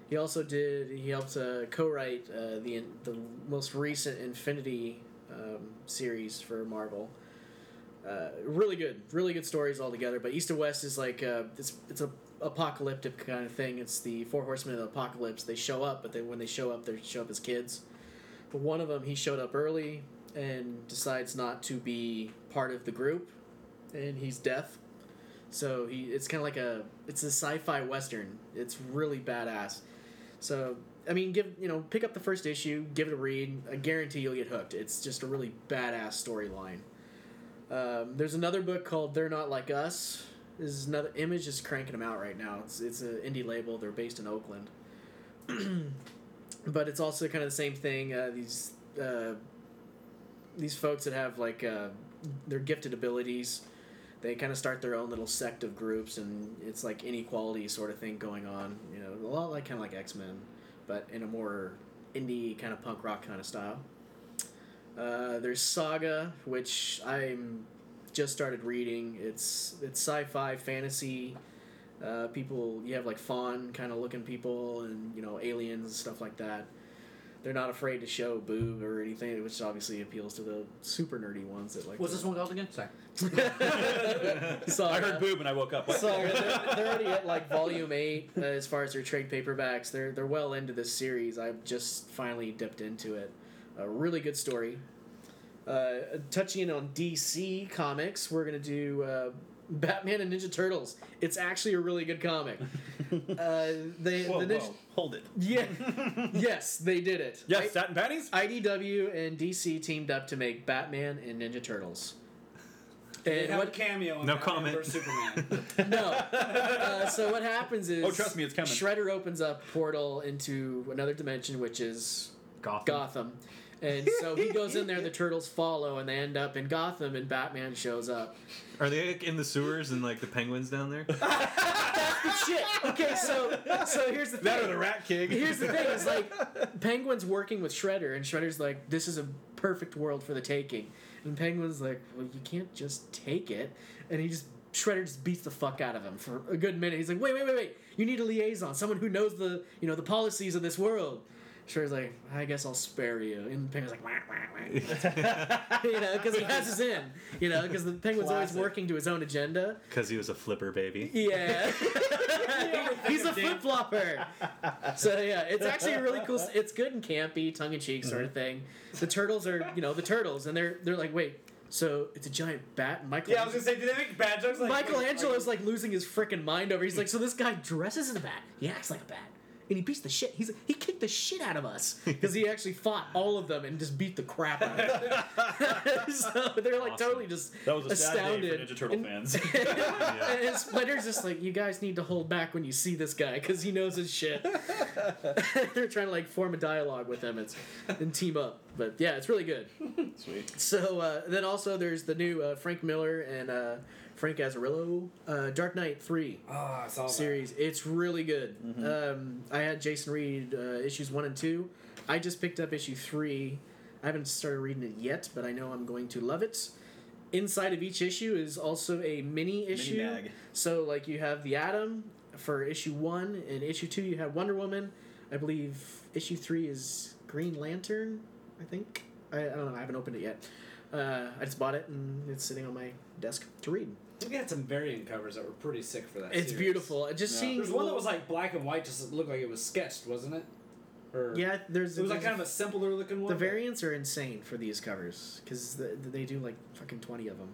He also did. He helped uh, co-write uh, the the most recent Infinity um, series for Marvel. Uh, really good, really good stories all together. But East and West is like uh, it's it's a apocalyptic kind of thing. It's the Four Horsemen of the Apocalypse. They show up, but they when they show up, they show up as kids. But one of them, he showed up early and decides not to be part of the group, and he's deaf. So he it's kind of like a it's a sci-fi western. It's really badass. So I mean, give you know, pick up the first issue, give it a read. I guarantee you'll get hooked. It's just a really badass storyline. Um, there's another book called "They're Not Like Us." This is another Image is cranking them out right now. It's it's an indie label. They're based in Oakland, but it's also kind of the same thing. Uh, these uh, these folks that have like uh, their gifted abilities, they kind of start their own little sect of groups, and it's like inequality sort of thing going on. You know, a lot like kind of like X Men, but in a more indie kind of punk rock kind of style. Uh, there's Saga, which I'm just started reading. It's it's sci-fi fantasy. Uh, people you have like fawn kind of looking people and you know aliens and stuff like that. They're not afraid to show boob or anything, which obviously appeals to the super nerdy ones that like.
What's
to-
this one called again? Sorry.
Saga.
I heard boob and I woke up. What?
uh, So they're, they're already at like volume eight uh, as far as their trade paperbacks. They're they're well into this series. I've just finally dipped into it. A really good story. Uh, touching in on DC comics, we're gonna do uh, Batman and Ninja Turtles. It's actually a really good comic. uh, they
Whoa,
the Ninja-
whoa, hold it.
yeah yes they did it
Yes, satin panties.
IDW and DC teamed up to make Batman and Ninja Turtles.
They
And
have a
what
cameo. in
No
Batman
comment.
versus Superman.
No. Uh, so what happens is?
Oh, trust me, it's coming.
Shredder opens up portal into another dimension, which is
Gotham.
Gotham, and so he goes in there. The turtles follow, and they end up in Gotham, and Batman shows up.
Are they like, in the sewers and like the penguins down there?
Shit. Okay, so so here's the thing.
That or the Rat King.
Here's the thing: is like Penguin's working with Shredder, and Shredder's like, "This is a perfect world for the taking," and Penguin's like, "Well, you can't just take it," and he just Shredder just beats the fuck out of him for a good minute. He's like, "Wait, wait, wait, wait! You need a liaison, someone who knows the you know the policies of this world." Shredder's like, "I guess I'll spare you," and Penguin's like, wah, wah, wah you know, because he has his in, you know, because the Penguin's always
Classic.
working to his own agenda.
Because he was a flipper baby.
Yeah. He's a flip flopper. So yeah, it's actually a really cool. s- It's good and campy, tongue in cheek
Mm-hmm.
sort of thing. The turtles are, you know, the turtles, and they're they're like, wait, so it's a giant bat, and Michael.
yeah, I was gonna say, did they make bad jokes? Like
Michelangelo's like losing his freaking mind over. He's like, so this guy dresses as a bat. He acts like a bat. And he beats the shit. He's he kicked the shit out of us because he actually fought all of them and just beat the crap out of them. so they're like
Awesome.
totally just
That was a sad
astounded.
day for Ninja Turtle
And-
fans.
and and Splinter's just like, you guys need to hold back when you see this guy because he knows his shit. They're trying to like form a dialogue with him. It's and team up, but yeah, it's really good.
Sweet.
So uh, then also there's the new uh, Frank Miller and uh, Frank Azarillo uh, Dark Knight Three
Oh, I saw that.
series. It's really good.
Mm-hmm.
Um, I had Jason Reed uh, issues one and two. I just picked up issue three. I haven't started reading it yet, but I know I'm going to love it. Inside of each issue is also a mini issue.
bag.
So like you have the Atom for issue one, and issue two you have Wonder Woman. I believe issue three is Green Lantern. I think I, I don't know. I haven't opened it yet. Uh, I just bought it and it's sitting on my desk to read.
We had some variant covers that were pretty sick for that.
It's
series.
beautiful. Just
Yeah.
seeing
There's one that was like black and white, just looked like it was sketched, wasn't it? Or
Yeah, there's
it was like kind of a simpler looking one.
the
but-
variants are insane for these covers because the, they do like fucking twenty of them.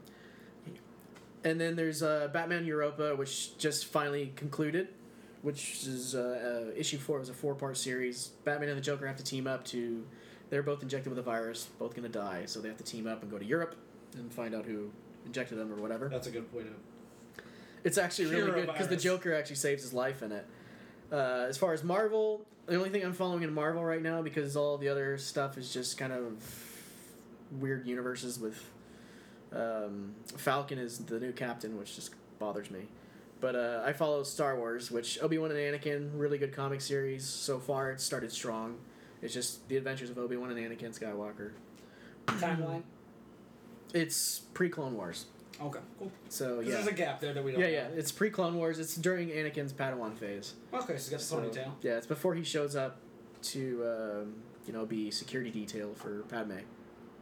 And then there's uh, Batman Europa, which just finally concluded, which is uh, uh, issue four. It was a four part series. Batman and the Joker have to team up to. They're both injected with a virus, both gonna die, so they have to team up and go to Europe and find out who injected them or whatever.
That's a good point. Of,
It's actually really
Hero
good because the
virus.
Joker actually saves his life in it. Uh, as far as Marvel, the only thing I'm following in Marvel right now because all the other stuff is just kind of weird universes with um, Falcon is the new captain, which just bothers me. But uh, I follow Star Wars, which Obi Wan and Anakin, really good comic series so far. It started strong. It's just the adventures of Obi Wan and Anakin Skywalker.
Timeline.
It's pre Clone Wars,
Okay. Cool.
so
'Cause
Oh, yeah,
There's a gap there that we don't.
yeah,
know.
yeah. It's pre Clone Wars. It's during Anakin's Padawan phase.
Okay, so he's got the
So,
ponytail.
yeah, it's before he shows up to um, you know be security detail for Padme.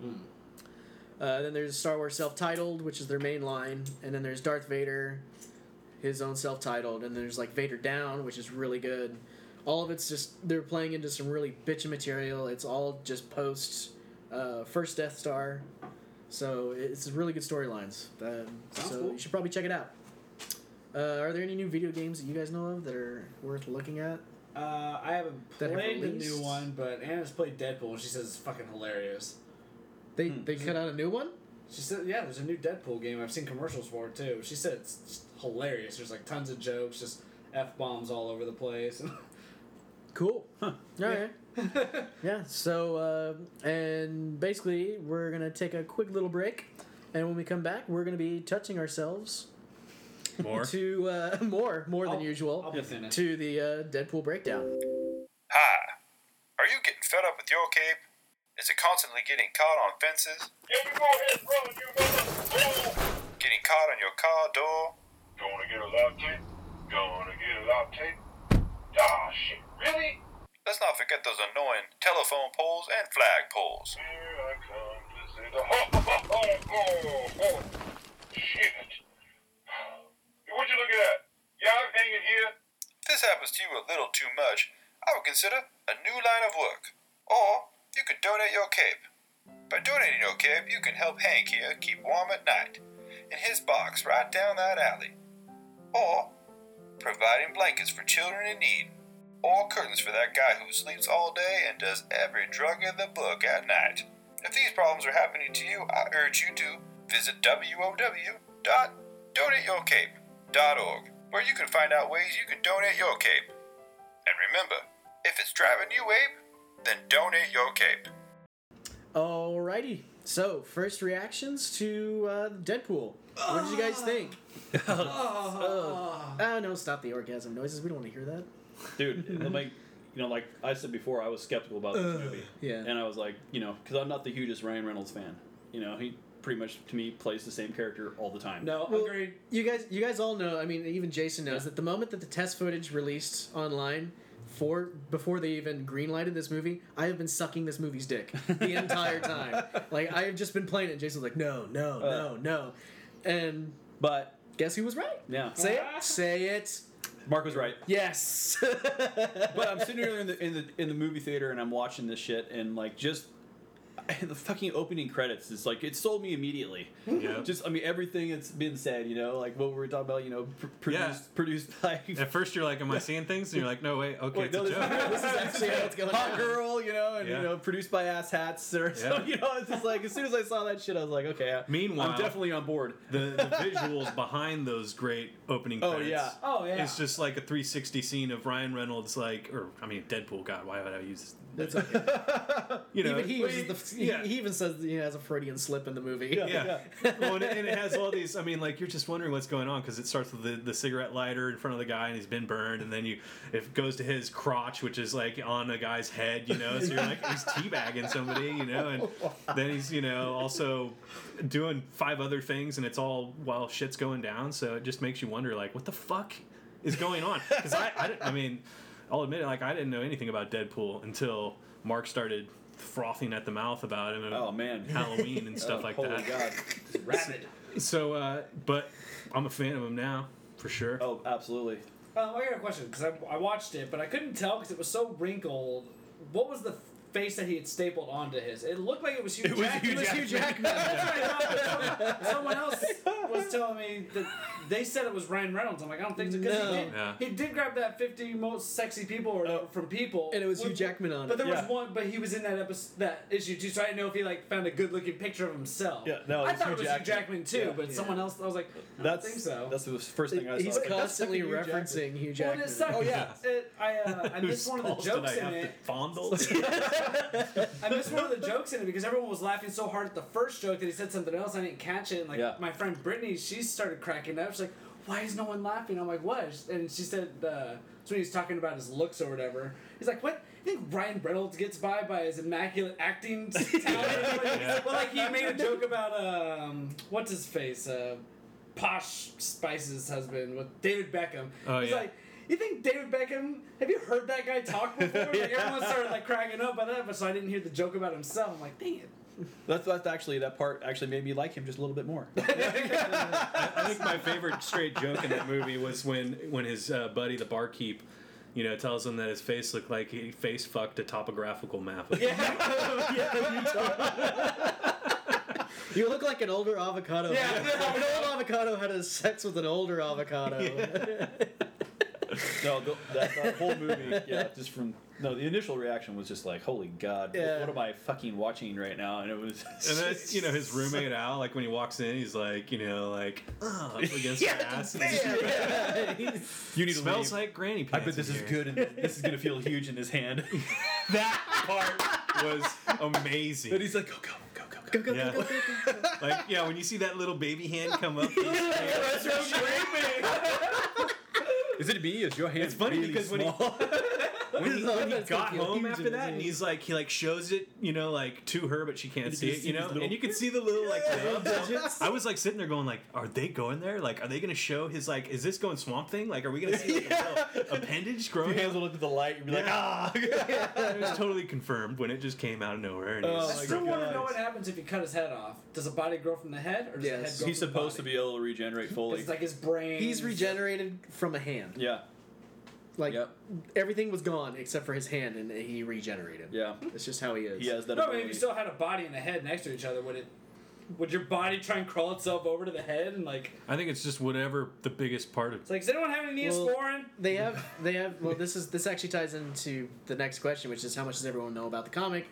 Mm.
Uh, then there's Star Wars self-titled, which is their main line, and then there's Darth Vader, his own self-titled, and there's like Vader Down, which is really good. All of it's just they're playing into some really bitchin' material. It's all just post uh, first Death Star, so it's really good storylines. Um,
Sounds
so
cool.
you should probably check it out. Uh, are there any new video games that you guys know of that are worth looking at?
Uh, I haven't
That have
played the new
released?
one, but Anna's played Deadpool. and She says it's fucking hilarious.
They
Hmm.
they cut out a new one.
She said, "Yeah, there's a new Deadpool game. I've seen commercials for it too." She said it's just hilarious. There's like tons of jokes, just f bombs all over the place.
Cool. All right. yeah. So, uh, and basically, we're gonna take a quick little break, and when we come back, we're gonna be touching ourselves
More.
to uh, more, more than
I'll-
usual,
I'll be finished.
to the uh, Deadpool breakdown.
Hi. Are you getting fed up with your cape? Is it constantly getting caught on fences?
Yeah, you go ahead, brother. You mother. Oh.
Getting caught on your car door?
Gonna get a latte. Gonna get a latte. Ah, shit. Really?
Let's not forget those annoying telephone poles and flag poles.
Here I come to say the ho ho ho ho ho ho. Shit. What you looking at? Yeah, I'm hanging here.
If this happens to you a little too much, I would consider a new line of work. Or you could donate your cape. By donating your cape, you can help Hank here keep warm at night in his box right down that alley. Or providing blankets for children in need. Or curtains for that guy who sleeps all day and does every drug in the book at night. If these problems are happening to you, I urge you to visit www.donateyourcape.org, where you can find out ways you can donate your cape. And remember, if it's driving you ape, then donate your cape.
Alrighty. So, first reactions to uh, Deadpool. What did you guys think? Oh no! Stop the orgasm noises. We don't want to hear that.
dude. and, like you know, like I said before, I was skeptical about this movie.
yeah.
and I was like, you know, because I'm not the hugest Ryan Reynolds fan. You know, he pretty much to me plays the same character all the time.
no,
Well,
agreed.
You guys, you guys all know. I mean, even Jason knows that the moment that the test footage released online, for before they even greenlighted this movie, I have been sucking this movie's dick the entire time. Like I have just been playing it. And Jason's like, no, no, no, no, and
but
guess who was right?
yeah,
Say it. Say it.
Mark was right.
Yes.
But I'm sitting here in the in the in the movie theater and I'm watching this shit and like just the fucking opening credits is like it sold me immediately.
Yeah.
Just I mean everything that's been said, you know, like what we were talking about, you know, pr- produced
Yeah.
produced like
At first, you're like, "Am I seeing things?" And you're like, "No, wait, okay,
Wait,
it's
no,
a
this,
joke."
this is
actually what's going
hot
on.
girl, you know, and
Yeah.
you know, produced by ass hats or so.
Yeah.
You know, it's just like as soon as I saw that shit, I was like, okay. I-
Meanwhile-
I'm definitely on board.
the, the visuals behind those great opening
Oh,
credits.
yeah.
Oh yeah.
It's just like a 360 scene of Ryan Reynolds, like, or I mean, Deadpool. God, why would I use?
That's okay.
You know,
even he, uses the, he,
yeah.
he even says that he has a Freudian slip in the movie.
yeah. well, and, it, and it has all these. I mean, like you're just wondering what's going on because it starts with the, the cigarette lighter in front of the guy, and he's been burned, and then you it goes to his crotch, which is like on a guy's head, you know. So you're like he's teabagging somebody, you know, and then he's you know also doing five other things, and it's all while shit's going down. So it just makes you wonder, like, what the fuck is going on? Because I, I, didn't- I mean, I'll admit it, like I didn't know anything about Deadpool until Mark started frothing at the mouth about him. and
Oh man.
Halloween and stuff
Oh,
like
holy
that.
God.
rabid.
So, uh, but I'm a fan of him now, for sure.
Oh, absolutely.
Um, I got a question because I, I watched it, but I couldn't tell because it was so wrinkled. What was the face that he had stapled onto his? It looked like it was Hugh
was
Jackman.
Hugh It was Hugh
Jackman. That's what I thought, but some- Someone else was telling me that they said it was Ryan Reynolds. I'm like, I don't think so because
No. Oh.
he, did-
Yeah.
he did grab that 50 most sexy people or, from people,
and it was
Which-
Hugh Jackman on
But there
it.
Yeah.
was one, but he was in that episode, that issue too. So I didn't know if he like found a good looking picture of himself.
Yeah, no, it
I
was
thought
Hugh
it was
Jackman.
Hugh Jackman too,
Yeah.
but
Yeah.
someone else. I was like, I
That's
don't think so.
That's the first thing I saw.
He's
Like, that's
constantly
fucking Hugh Jackman.
referencing Hugh
Well, and
Jackman.
it sucked.
Oh, yeah.
It- I, uh, I missed one of the
Whose balls
jokes
did I
in
have
it.
to fondle?
I missed one of the jokes in it because everyone was laughing so hard at the first joke that he said something else. I didn't catch it. And like
Yeah.
my friend Brittany, she started cracking up. She's like, why is no one laughing? I'm like, what? And she said, uh, it's when he's talking about his looks or whatever. He's like, what? You think Ryan Reynolds gets by by his immaculate acting talent? Well, like he made a joke about um, what's his face, uh, Posh Spice's husband with David Beckham.
Oh,
he's
yeah.
like. You think David Beckham? Have you heard that guy talk before? Like everyone started like cracking up by that, but so I didn't hear the joke about himself. I'm like, dang it.
That's, that's actually that part actually made me like him just a little bit more.
I think my favorite straight joke in that movie was when when his uh, buddy, the barkeep, you know, tells him that his face looked like he face fucked a topographical map.
Oh, You look like an older avocado.
Yeah.
an old avocado had a sex with an older avocado.
No, the, that, that whole movie, yeah, just from no, the initial reaction was just like, "Holy God,
Yeah.
what am I fucking watching right now?" And it was,
And then, you know, his roommate Al, like when he walks in, he's like, you know, like oh, up against her ass. and just
you need
smells
to leave.
like granny
I
pants.
bet this
in
is
here.
good, and this is gonna feel huge in his hand.
That part was amazing.
and he's like, "Go, go, go, go, go."
yeah. like yeah, when you see that little baby hand come up.
Is it me? Is your hand?
It's funny
really
because when he-
small?
when he,
No,
when he
that's gonna
got
feel
home
huge
after
in his
that, and
hand.
he's like, he like shows it, you know, like to her, but she can't
you
see
can
it,
see
you
these
know,
little-
and you can see the little like. rubs.
digits.
I was like sitting there going like, are they going there? Like, are they going to show his like? Is this going Swamp Thing? Like, are we going to see like, a little appendage
your
growing?
hands
out?
will look at the light and be like, "Ah."
It was totally confirmed when it just came out of nowhere. And it
Oh
was-
I
my
still want to
God.
know what happens if you cut his head off. Does the body grow from the head, or does the head
Yes.
grow
He's
from the
supposed to
body?
be able to regenerate
'Cause
fully.
It's like his brain.
He's regenerated from a hand.
yeah,
Like
Yep.
everything was gone except for his hand, and he regenerated.
yeah,
That's just how he is.
he has that
No, but if
ability.
you still had a body and a head next to each other, would it? Would your body try and crawl itself over to the head and like?
I think it's just whatever the biggest part of.
It's like, does anyone have any
Well-
neosporin?
They have, they have. Well, this is this actually ties into the next question, which is how much does everyone know about the comic?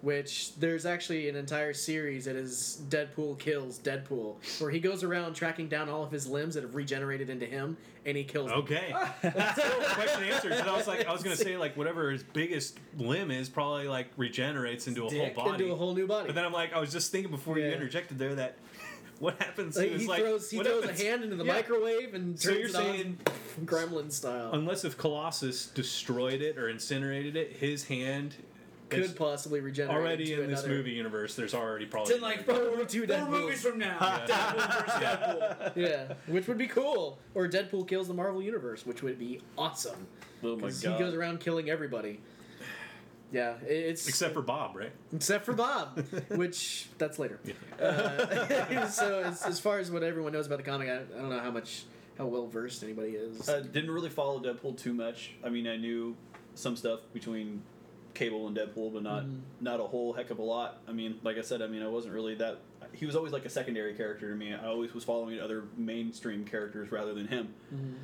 Which there's actually an entire series that is Deadpool kills Deadpool, where he goes around tracking down all of his limbs that have regenerated into him, and he kills. them.
Okay. Question answered. And I was like, I was gonna say like whatever his biggest limb is probably like regenerates into a whole
Dick
body.
into a whole new body.
But then I'm like, I was just thinking before you
Yeah.
interjected there that what happens
Like,
to his
he
like
throws, he
what
throws
happens-
a hand into the
Yeah.
microwave and turns
So you're
it
saying
on gremlin style.
unless if Colossus destroyed it or incinerated it, his hand is
Could possibly regenerate
already
into
in this
another-
movie universe. There's already
Oh,
probably
It's in like
Probably
four,
two
four
Deadpools.
movies from now. Deadpool versus Deadpool.
Yeah, which would be cool. Or Deadpool kills the Marvel Universe, which would be awesome.
oh my
'Cause
god!
He goes around killing everybody. Yeah, i- it's
except for Bob, right?
except for Bob, which that's later. Uh, so as, as far as what everyone knows about the comic, I, I don't know how much how well versed anybody is.
Uh, didn't really follow Deadpool too much. I mean, I knew some stuff between Cable and Deadpool, but
Mm-hmm.
not not a whole heck of a lot. I mean, like I said, I mean, I wasn't really that. He was always like a secondary character to me. I always was following other mainstream characters rather than him.
Mm-hmm.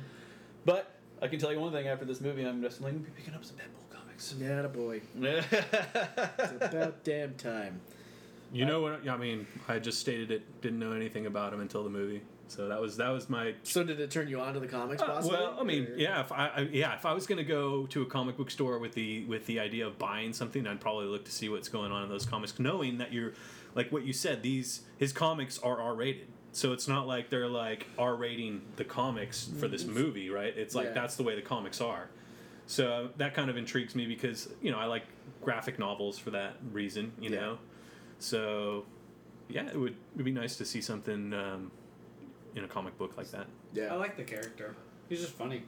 But I can tell you one thing: after this movie, I'm definitely gonna be picking up some Deadpool comics.
yeah, boy, it's about damn time.
You know what? I mean, I just stated it. Didn't know anything about him until the movie. So that was that was my
So did it turn you on to the comics?
Uh,
Possibly.
Well, I mean,
Or-
yeah, if I, I yeah, if I was going to go to a comic book store with the with the idea of buying something, I'd probably look to see what's going on in those comics, knowing that you're like what you said, these his comics are R rated. So it's not like they're like R rating the comics for this movie, right? It's like
Yeah.
that's the way the comics are. So that kind of intrigues me because, you know, I like graphic novels for that reason, you
Yeah.
know. So yeah, it would it would be nice to see something um, in a comic book like that.
yeah.
Oh, I like the character. He's just funny.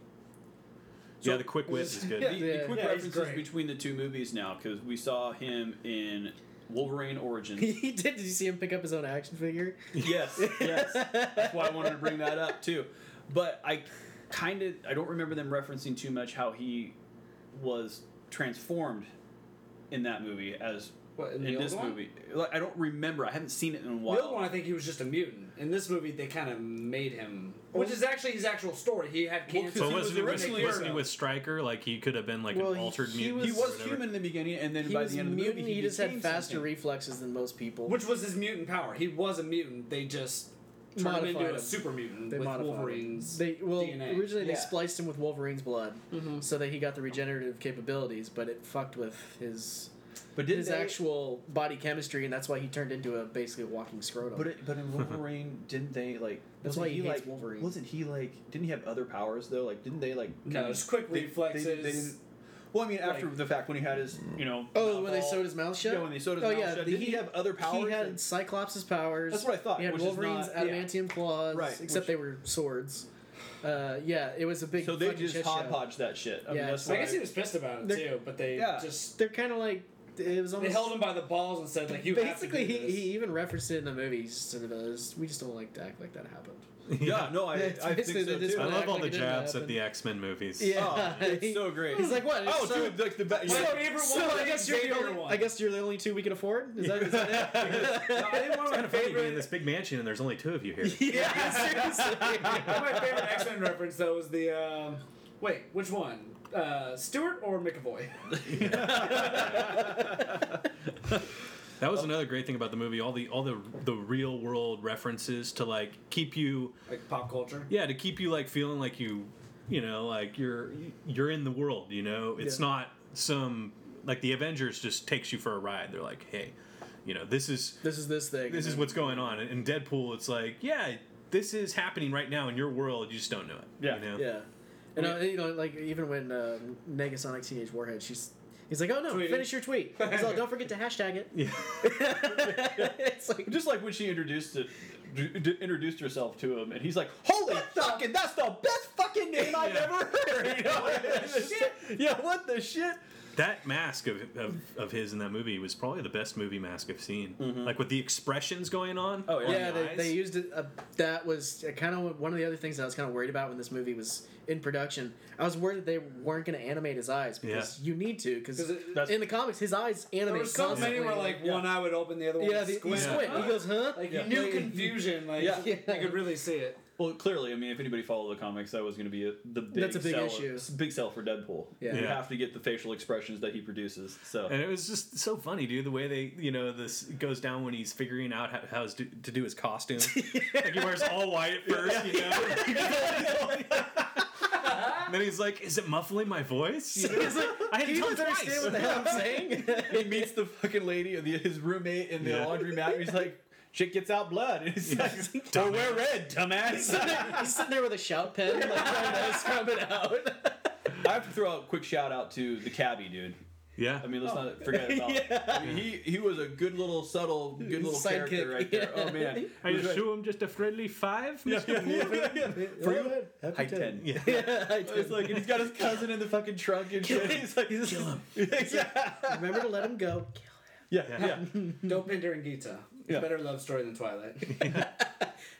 yeah, the quick wit is good.
The, the
Yeah.
quick
Yeah, he's
references
great.
between the two movies now, because we saw him in Wolverine Origins.
he did. Did you see him pick up his own action figure?
Yes, yes. That's why I wanted to bring that up too. But I kind of I don't remember them referencing too much how he was transformed in that movie as
What,
in,
in the old
this
one?
movie. Like, I don't remember. I haven't seen it in a
The
while.
other one, I think he was just a mutant. In this movie, they kind of made him, which is actually his actual story. He had
Well, So
cancer.
So
he
wasn't,
was
he wasn't,
originally-
wasn't he with Stryker? Like he could have been like
Well,
an
he-
altered
he
mutant.
he
or
was
whatever.
human in the beginning, and then
He
by
was
the end of the
mutant.
movie, he,
he just had
became
faster
something.
reflexes than most people.
Which was his mutant power. He was a mutant. They just turned him
Modified
into a
him.
super mutant
They
with
modified him.
Wolverine's
They well
DNA.
originally
Yeah.
they spliced
Mm-hmm.
him with Wolverine's blood, so that he got the regenerative capabilities, but it fucked with his
But did
his actual body chemistry, and that's why he turned into a basically a walking scrotum.
But it, but in Wolverine, didn't they like?
That's
wasn't
why he hates
like
Wolverine.
Wasn't he like? Didn't he have other powers though? Like, didn't they like?
No,
kinda-
it's quick
they-
reflexes.
They, they didn't, well, I mean, after
Like-
the fact, when he had his, you know.
oh,
mouth
when they
all-
sewed his mouth shut.
Yeah, when they sewed his
oh,
mouth
yeah,
shut.
the-
Didn't he have other powers
He
than-
had Cyclops' powers.
That's what I thought,
He had
which is
Wolverine's
not- yeah.
adamantium claws,
Right,
except
which-
they were swords. Uh, yeah, it was a big.
So they
fucking
just
shit
hodgepodge
show.
podge that shit. I mean,
Yeah,
that's
so
I
why-
guess he was pissed about it
They're-
too, but they
Yeah.
just
They're kind of like it was
they
almost.
held him by the balls and said like you
basically,
have to do
he,
this.
he even referenced it in the movies. And it was, we just don't like to act like that happened.
Yeah, no, I,
It's
I
basically
think so
they just
too.
I
Act
love all
like
the
it didn't
jabs
happen.
at the X Men movies.
Yeah,
Oh, it's so great.
He's like, what? It's
Oh,
so-
dude, like the ba-
My
yeah.
favorite one.
So I
was
guess
the
you're the
bigger
only.
one.
I guess you're the only two we can afford. Is that, is that it?
I think one of my
Kind of funny being in
favorite.
this big mansion and there's only two of you here.
yeah, seriously.
one of my favorite X Men reference though was the um, wait, which one? Uh, Stewart or McAvoy?
That was another great thing about the movie. All the all the the real world references to like keep you
like pop culture.
yeah to keep you like feeling like you you know like you're you're in the world. You know, it's
Yeah.
not some like the Avengers just takes you for a ride. They're like, hey, you know, this is
This is this thing.
this is what's going on. In Deadpool, it's like yeah. This is happening right now in your world. You just don't know it.
Yeah.
you know?
Yeah, and uh, you know, like even when uh, Negasonic Teenage Warhead, she's he's like, oh no,
Tweeted.
finish your tweet. He's like, don't forget to hashtag it.
Yeah.
it's like
Just like when she introduced it, d- d- introduced herself to him, and he's like, "Holy fucking, that's the best fucking name I've
Yeah.
ever heard." You know? Yeah, what the shit?
That mask of, of, of his in that movie was probably the best movie mask I've seen. Like with the expressions going on.
Oh, yeah.
Mm-hmm.
on
yeah,
the
they,
eyes.
they used it. Uh, that was kind of one of the other things that I was kind of worried about when this movie was in production. I was worried that they weren't going to animate his eyes because you need to because
'Cause it-
That's-
in the comics his eyes
There
animate
were so many
constantly.
where like one eye would open, the other one
yeah,
would
the,
squint.
he squint. He goes, huh?
Like
Yeah.
you knew
Yeah.
confusion. Like
Yeah.
you could really see it.
Well, clearly, I mean, if anybody followed the comics, that was going to be a, the big
That's a big
sell,
issue.
big sell for Deadpool.
Yeah.
you
Yeah.
have to get the facial expressions that he produces. So
And it was just so funny, dude. The way they, you know, this goes down when he's figuring out how, how to, to do his costume. Like he wears all white at first, you know. and then he's like, "Is it muffling my voice?" You know?
He's like,
I had
can you
done
guys understand
twice.
what the hell I'm saying?
he meets the fucking lady, or the, his roommate in the
Yeah.
laundromat, and he's like, "Shit gets out blood," and he's like, "Don't wear red, dumbass."
sitting there- he's sitting there with a shout pen, like trying to scrub it out.
I have to throw out a quick shout out to the cabbie, dude.
Yeah,
I mean, let's not forget about. I mean, he he was a good little subtle, good little
Sidekick,
character right there.
yeah.
Oh man,
I assume I'm just a friendly five, Mister
For you, high ten.
Yeah.
Yeah, I
It's
did.
like and he's got his cousin in the fucking trunk and shit. He's like,
Kill him.
yeah,
Remember to let him go. Kill
yeah, yeah.
Dope Pinder and Gita. It's
Yeah.
a better love story than Twilight.
him.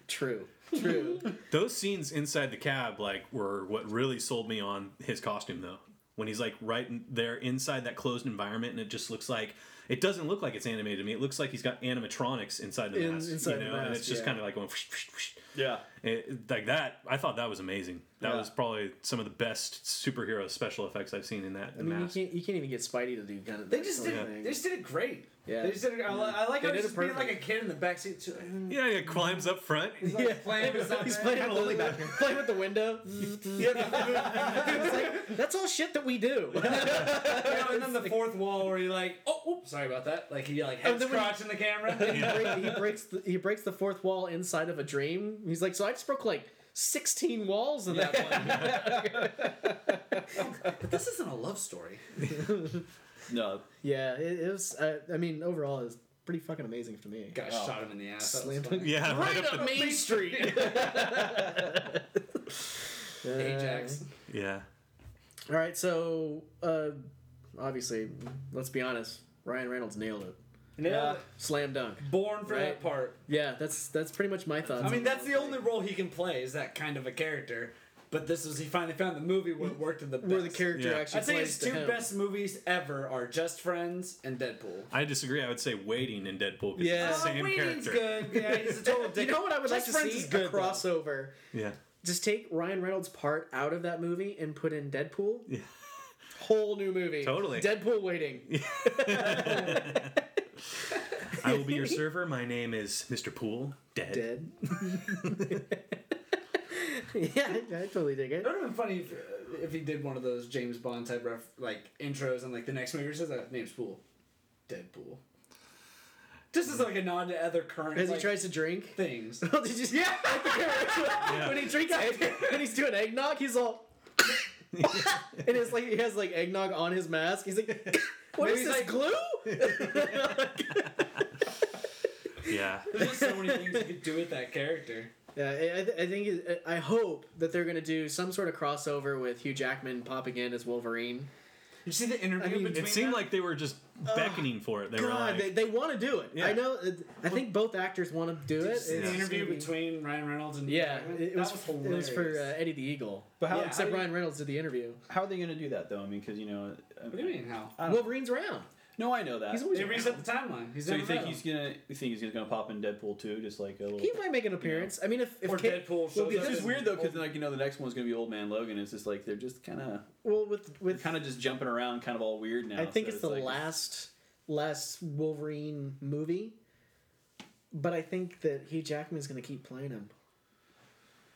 True. True.
Those scenes inside the cab, like, were what really sold me on his costume, though. When he's like right in- there inside that closed environment, and it just looks like it doesn't look like it's animated to me. It looks like he's got animatronics inside the
In-
mask,
inside the
you know, and
mask,
it's just
yeah.
kind of like going whoosh, whoosh, whoosh.
yeah.
It- like that. I thought that was amazing. That
Yeah.
was probably some of the best superhero special effects I've seen in that
I mean, you
mask.
can't, you can't even get Spidey to do kind of.
They
that
just
sort
did.
of
They
thing.
just did it great.
Yeah.
They just did. It, I, li- I like
They
how
did
he's
it
just being like a
perfect.
kid in the backseat. Too.
Yeah, it climbs up front.
Like playing with
He's
something.
playing with, the, playing with the window. It's like, that's all shit that we do.
You know, and then the fourth wall where he like, oh, oops, sorry about that. Like he like heads
Oh, then when he-
crotch in the camera.
he, break- he breaks the, he breaks the fourth wall inside of a dream. He's like, so I just broke like sixteen walls in that one.
but this isn't a love story.
No,
yeah, it, it was. I, I mean, overall, it was pretty fucking amazing to me.
Guy shot him in the ass. That was
Slammed
funny.
Yeah, right, up, the,
Main Street.
Ajax.
yeah.
Uh, All right, so uh, obviously, let's be honest. Ryan Reynolds nailed it.
Yeah.
Slam dunk.
Born for
Right.
that part.
Yeah, that's that's pretty much my thoughts.
I mean, that's the only role he can play is that kind of a character. But this was he finally found the movie where it worked in the best.
where the character
Yeah.
actually.
I'd say
plays
his
to
two
him.
best movies ever are Just Friends and Deadpool.
I disagree. I would say waiting in Deadpool. 'cause
Yeah.
it's
Oh,
the same
Whedon's
character.
Uh, good. Yeah, he's a total
You
dick.
know what I would
Just
like to
Friends
see?
is good,
a
though.
crossover.
Yeah.
Just take Ryan Reynolds' part out of that movie and put in Deadpool.
Yeah.
Whole new movie.
Totally.
Deadpool waiting.
I will be your server. My name is Mr. Pool. Dead.
Dead. yeah, I, I totally dig it.
It would have been funny if, if he did one of those James Bond type ref, like intros and like the next movie says that "Uh, name's Pool. Deadpool. Just as like a nod to other current
As
like,
he tries to drink.
things.
Oh, did you see yeah. when he drinks egg, when he's doing eggnog, he's all and it's like he has like eggnog on his mask. He's like what is
Maybe
this
he's
glue?
Yeah.
There's just so many things you could do with that character.
yeah, I, I th- I think it, I hope that they're gonna do some sort of crossover with Hugh Jackman popping in as Wolverine.
You see the interview
I mean, it
between
It seemed
them?
like they were just beckoning for it. They were
God,
like,
they, they want to do it.
Yeah.
I know. it- I think both actors want to do it.
Did you see
It's
the
just
interview
gonna be-
between Ryan Reynolds and
Yeah,
Jackman?
it, it
That
was, it was for
hilarious.
uh, Eddie the Eagle.
But how,
Yeah,
Except
how,
Ryan Reynolds did the interview.
how are they going to do that though? I mean, because you know,
what do you mean how?
I don't-
Wolverine's around.
No, I know that.
He's always
They
around.
reset the timeline. He's
so you
never
think
around.
he's gonna? You think he's gonna pop in Deadpool too? Just like a little.
He might make an appearance. I mean, if, if
Or
Ca-
Deadpool
well,
shows
It's
because-
just weird though, because like you know, the next one's gonna be Old Man Logan. It's just like they're just kind of,
well, with with
kind of just jumping around, kind of all weird now.
I think
so
it's the
like-
last last Wolverine movie, but I think that Hugh Jackman's going to keep playing him.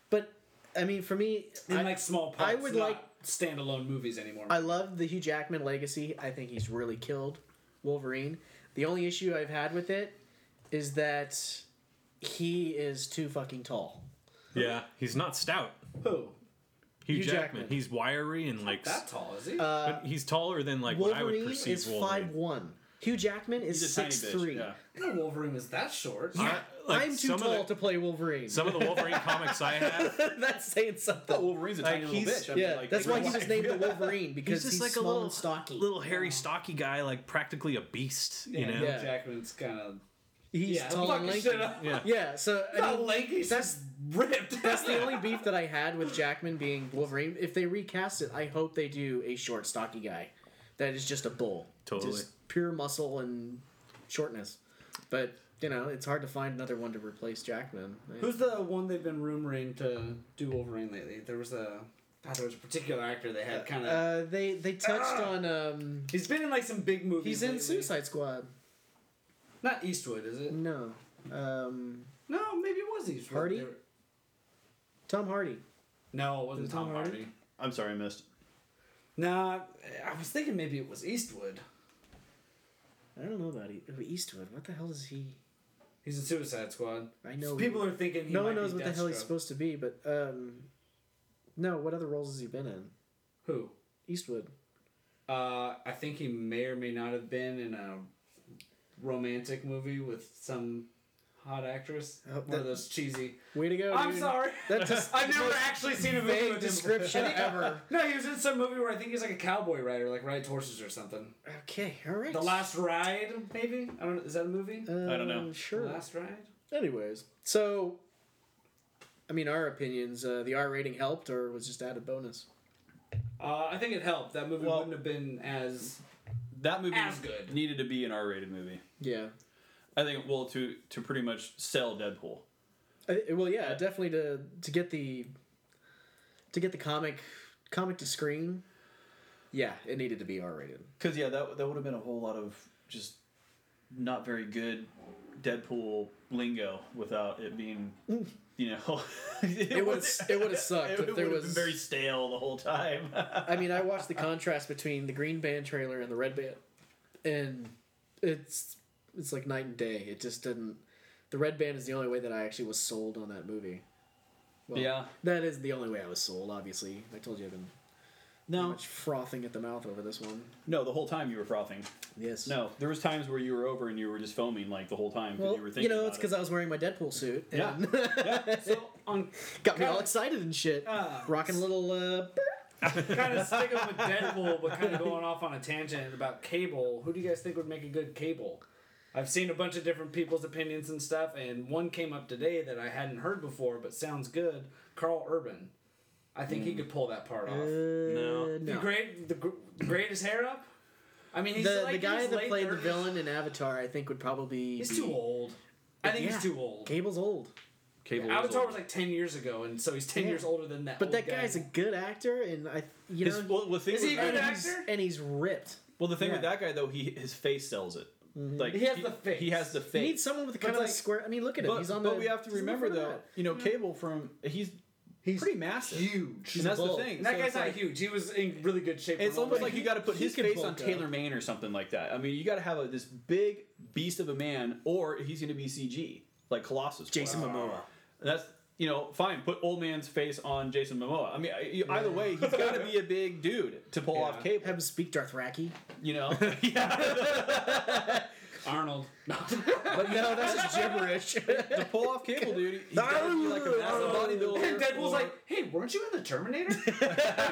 But I mean, for me,
in
I,
like small parts.
I would
not
like-
standalone movies anymore.
I love the Hugh Jackman legacy. I think he's really killed Wolverine. The only issue I've had with it is that he is too fucking tall.
yeah, he's not stout.
Who?
Hugh,
Hugh
Jackman.
Jackman.
He's wiry and like,
That tall is he?
Uh,
but he's taller than like what I would
Wolverine
perceive
is
Wolverine.
five one. Hugh Jackman is
He's a
six
tiny bitch.
three.
Yeah.
no Wolverine was that short.
I- like,
I'm too
some of the-
tall to play Wolverine.
Some of the Wolverine comics I have,
that's saying something.
Oh, Wolverine's a tiny
Like,
little
he's-
bitch. I mean,
yeah,
like,
that's
in
why
real
he was
life.
named the Wolverine
he's
because he's,
just like a
small
little
and stocky.
little hairy, stocky guy, like practically a beast. You know?
yeah.
Jackman's kind of
he's
yeah,
tall
fucking
and lanky.
shit up.
Yeah.
Yeah, so I
Not
mean,
lanky, he's
that's
ripped.
that's the only beef that I had with Jackman being Wolverine. If they recast it, I hope they do a short, stocky guy that is just a bull,
Totally.
just pure muscle and shortness. But you know, it's hard to find another one to replace Jackman.
Who's the one they've been rumoring to do Wolverine lately? There was a God, there was a particular actor they had kind of.
Uh, they they touched on um.
he's been in like some big movies.
He's in
Ah! lately.
Suicide Squad.
Not Eastwood, is it?
No, um,
No, maybe it was Eastwood.
Hardy?
They were-
Tom Hardy.
No, it wasn't
Is it
Tom
Tom
Hardy.
Hardy?
I'm sorry, I missed.
Nah, I was thinking maybe it was Eastwood.
I don't know about e- Eastwood. What the hell is he?
He's in Suicide Squad.
I know.
People are thinking he
no
might
one knows
be
what the hell he's
Deathstroke.
supposed to be, but um, no. What other roles has he been in?
Who?
Eastwood.
Uh, I think he may or may not have been in a romantic movie with some hot actress.
Oh,
One of
that-
those cheesy.
Way to go!
I'm
dude.
sorry.
That just
I've never actually seen a movie
vague
with him.
description
I think-
ever.
No, he was in some movie where I think he's like a cowboy rider, like rides horses or something.
Okay, all right.
The Last Ride, maybe. I don't. know. Is that a movie?
Um,
I don't know.
Sure.
The Last Ride.
Anyways, so I mean, our opinions. Uh, the R rating helped, or was just added bonus.
Uh, I think it helped. That movie
Well-
wouldn't have been as
That movie
As good.
needed to be an R-rated movie.
Yeah.
I think. Well, to to pretty much sell Deadpool.
I- well, yeah, definitely to to get the to get the comic comic to screen. Yeah, it needed to be R rated.
Because yeah, that that would have been a whole lot of just not very good Deadpool lingo without it being, you know, it,
would've- it would've sucked
It,
if there
would have been
was-
very stale the whole time.
I mean, I watched the contrast between the green band trailer and the red band, and it's it's like night and day. It just didn't. The red band is the only way that I actually was sold on that movie. Well,
Yeah.
that is the only way I was sold. Obviously, I told you I've been pretty
no,
much frothing at the mouth over this one.
no, the whole time you were frothing.
Yes.
No, there was times where you were over and you were just foaming like the whole time. 'cause
Well,
you were
you,
thinking
know,
about
it's because I was wearing my Deadpool suit. And
Yeah.
so on.
Got me
Kinda-
all excited and shit.
Ah.
Rocking a little. Uh,
kind of sticking with Deadpool, but kind of going off on a tangent about Cable. Who do you guys think would make a good Cable? I've seen a bunch of different people's opinions and stuff, and one came up today that I hadn't heard before, but sounds good. Carl Urban. I think he could pull that part off.
Hmm. Uh, no.
The great, the, gr- the greatest hair up. I mean, he's
The,
like
the
in
guy
his
that
late
played the
30s.
villain in Avatar, I think, would probably.
He's
be-
too old. I think he's
Yeah.
too old.
Cable's old.
Cable
Avatar
old.
was like ten years ago, and so he's ten
Yeah.
years older than that.
But
old
that
guy.
guy's a good actor, and I, you
His-
know,
well, the thing
Is he
with
a good
that-
and, he's,
actor?
and he's ripped.
well, the thing with
Yeah.
that guy though, he his face sells it. Like
Mm-hmm. He has the face.
He has the
You
face.
need someone with kind of
like-
like square. I mean, look at him.
But,
he's on
but
the.
we have to
he's on the
remember
front of
though, you know, Cable from he's
He's
pretty massive.
Huge.
And that's the thing.
And that
So
guy's
it's
not
like-
huge. He was in really good shape.
It's
when
almost
we-
like you got to put
he
his
can
face
bulk
on
up.
Taylor Maine or something like that. I mean, you got to have a, this big beast of a man, or he's going to be CG like Colossus.
Jason Momoa.
That's you know fine. Put old man's face on Jason Momoa. I mean, I- you- either way, he's got to be a big dude to pull off cable.
Have him speak Dothraki.
You know, yeah.
Arnold.
but no, that's just
gibberish.
to pull off cable, dude. He's got to be like a massive bodybuilder.
Deadpool's
or-
like, hey, weren't you in the Terminator?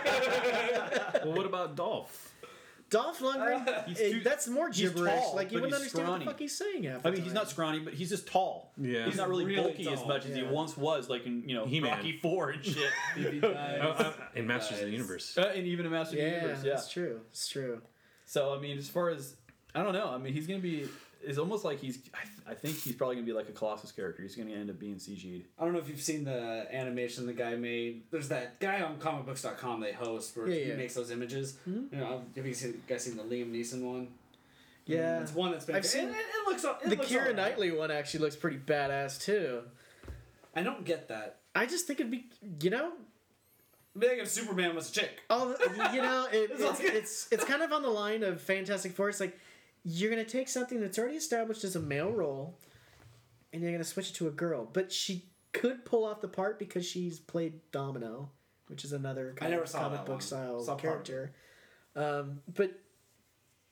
Well, what about Dolph?
Dolph Lundgren. eh,
too-
that's more
he's
gibberish.
tall,
like you
but
wouldn't
he's
understand what
scrawny.
the fuck he's saying. Half the
I mean, he's
time.
not scrawny, but he's just tall.
Yeah.
He's not really,
Really
bulky as
tall,
much as he
yeah.
once was, like in you know
He-Man.
Rocky Four and shit,
Oh, uh, in Masters of the Universe.
uh, and even in Master of
Yeah,
the Universe. Yeah.
that's true. It's true.
So I mean, as far as I don't know, I mean, he's gonna be. It's almost like he's. I, th- I think he's probably gonna be like a Colossus character. He's gonna end up being CG'd.
I don't know if you've seen the animation the guy made. There's that guy on comicbooks.com they host where
Yeah,
he
yeah. Mm-hmm.
makes those images. You know, have you seen, guys seen the Liam Neeson one?
Yeah,
It's one that's been.
I've seen-
it, it, it looks. It
the
looks
Kira
alright.
Knightley one actually looks pretty badass too.
I don't get that.
I just think it'd be, you know,
I mean, like if Superman was a chick.
all the, you know, it,
It's
it's,
like-
it's it's kind of on the line of Fantastic Four. It's like you're gonna take something that's already established as a male role, and you're gonna switch it to a girl. But she could pull off the part because she's played Domino, which is another kind
never
of
saw
comic
that
book
one.
style
Saw part of
character. Um, but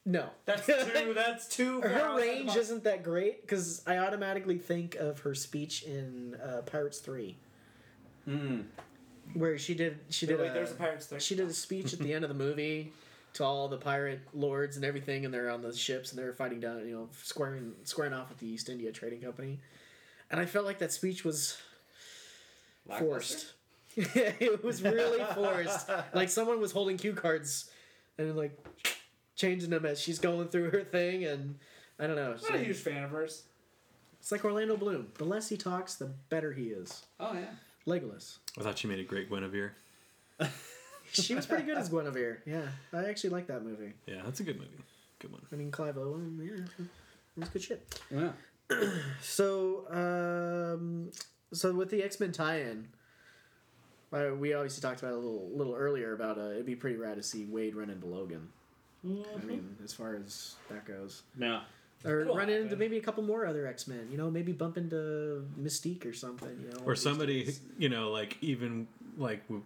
no,
That's two. that's two.
her range isn't that great because I automatically think of her speech in uh, Pirates Three, where she did she did
Mm-hmm. Wait,
a,
there's a Pirates Three.
uh, she did a speech at the end of the movie to all the pirate lords and everything, and they're on the ships and they're fighting down, you know, squaring squaring off with the East India Trading Company, and I felt like that speech was forced. it was really forced. like someone was holding cue cards and like changing them as she's going through her thing, and I don't know.
I'm not a huge fan of hers.
It's like Orlando Bloom. The less he talks, the better he is.
Oh yeah.
Legolas.
I thought you made a great Guinevere.
She was pretty good as Guinevere. Yeah, I actually like that movie.
Yeah, that's a good movie. Good one.
I mean, Clive Owen. Yeah, it was good shit.
Yeah.
So, um, so with the X Men tie-in, uh, we obviously talked about it a little little earlier about uh, it'd be pretty rad to see Wade run into Logan. I mean, as far as that goes,
No.
or
It'll
run into
happen.
maybe a couple more other X Men. You know, maybe bump into Mystique or something. You know, one
or
of these
somebody
days.
you know like even like w-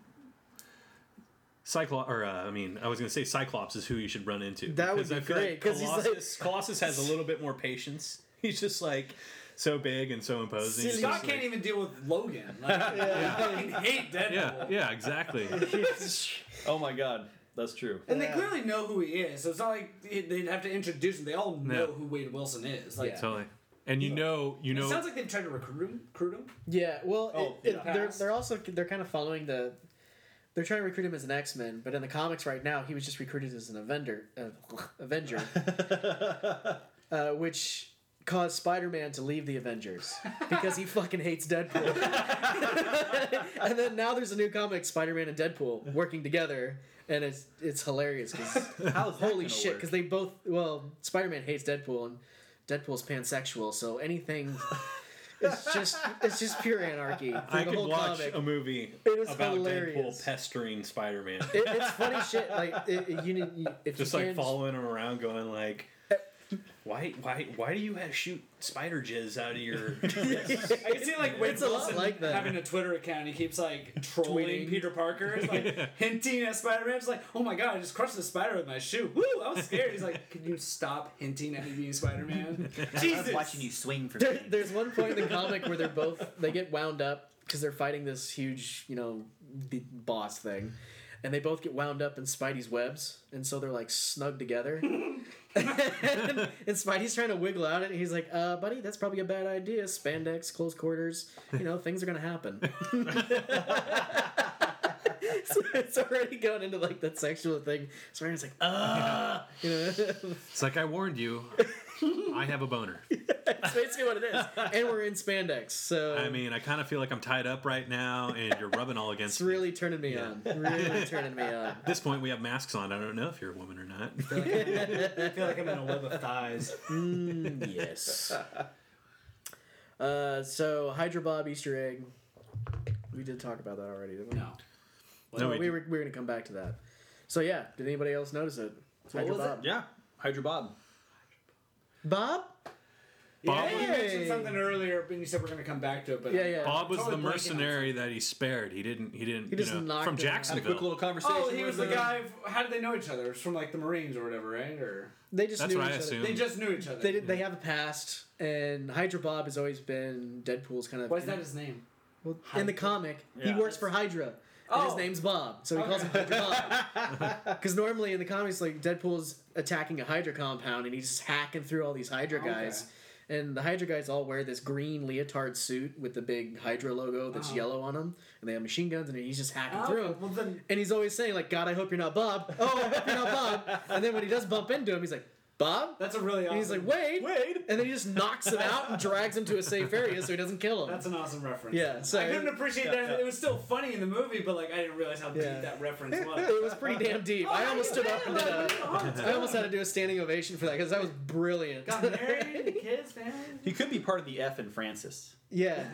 Cyclops, or uh, I mean, I was gonna say Cyclops is who you should run into.
That would
because
be
I feel
great, 'cause he's like-
Colossus, Colossus has a little bit more patience. He's just like so big and so imposing. He's
Scott
just
can't
like-
even deal with Logan. Like, I fucking hate Deadpool.
yeah, yeah, exactly.
Oh my God, that's true.
And they clearly know who he is, so it's not like they'd have to introduce him. They all
No.
know who Wade Wilson is. Like,
totally. And you know, you know,
it sounds like they've tried to recruit him. Recruit him.
Yeah, well,
Oh,
it, it-
yeah.
they're
Past.
they're also they're kind of following the. They're trying to recruit him as an X Men, but in the comics right now, he was just recruited as an Avenger, uh, Avenger, uh, which caused Spider Man to leave the Avengers because he fucking hates Deadpool. and then now there's a new comic, Spider Man and Deadpool working together, and it's it's hilarious because
How's that
holy
gonna
shit
work?
because they both well Spider Man hates Deadpool and Deadpool's pansexual, so anything. It's just it's just pure anarchy. through
I
the
could
whole
watch
comic.
a movie
It is
about
hilarious.
Deadpool pestering Spider-Man,
It- it's funny shit. Like it, it- you, need- you- if
just
you
like
can-
following him around, going like. Why, why, why do you have shoot spider jizz out of your?
I can see like Wade
It's a lot
Wilson
like that.
having a Twitter account. He keeps like trolling
Tweeting.
Peter Parker, It's, like hinting at Spider Man. It's like, oh my god, I just crushed the spider with my shoe. Woo! I was scared. He's like, can you stop hinting at me being Spider Man? Jesus.
swing for
There, there's one point in the comic where they're both they get wound up because they're fighting this huge you know the boss thing, and they both get wound up in Spidey's webs, and so they're like snug together. and, Spidey's trying to wiggle out of it. And he's like, uh, buddy, that's probably a bad idea. Spandex, close quarters. You know, things are going to happen. so it's already going into like that sexual thing. Spider's like, uh, you know,
It's like I warned you. I have a boner.
that's basically what it is. And we're in spandex. So
I mean, I kind of feel like I'm tied up right now, and you're rubbing all against
it's
me.
really turning me on. Really turning me on.
At this point, we have masks on. I don't know if you're a woman or not.
I feel like I'm in a web of thighs.
Mm, yes. Uh, so Hydra Bob Easter egg. We did talk about that already, didn't we?
No.
No,
we
we, were, we were going to come back to that. So, yeah, did anybody else notice it? Hydro
was it?
Bob.
Yeah.
Hydra Bob.
Bob?
Bob,
You mentioned
Hey!
something earlier, but you said we're going to come back to it. But
Yeah, yeah.
Bob was
Totally
the
blanking on
mercenary that he spared. He didn't. He didn't.
He
you
just
know,
knocked
from
him out.
Had a quick
Jacksonville.
little conversation.
Oh, he was the
with, uh,
guy. How did they know each other? It was from like the Marines or whatever, right? Or
They just
That's
knew
what
each
I
other.
assume.
they just knew each other.
They, did, they have a past, and Hydra Bob has always been Deadpool's kind of.
Why is that his name?
Well, in the comic, he
Yeah.
works for Hydra. And his
Oh.
name's Bob, so he calls him Hydra Bob. Because normally in the comics, like Deadpool's attacking a Hydra compound, and he's just hacking through all these Hydra
Okay.
guys. And the Hydra guys all wear this green leotard suit with the big Hydra logo that's
Oh.
yellow on them, and they have machine guns, and he's just hacking through them.
well then,
And he's always saying like, "God, I hope you're not Bob." Oh, I hope you're not Bob. And then when he does bump into him, he's like, "Bob."
that's a really
And
awesome.
he's like, "Wade,
Wade.
and then he just knocks him out and drags him to a safe area so he doesn't kill him.
That's an awesome reference.
Yeah, so-
I couldn't appreciate that.
yeah.
It was still funny in the movie, but like I didn't realize how deep
Yeah.
that reference was.
it was pretty damn deep.
Oh,
I almost stood up and did a, I almost had to do a standing ovation for that because that was brilliant.
Got married, kids, family.
He could be part of the F and Francis.
yeah.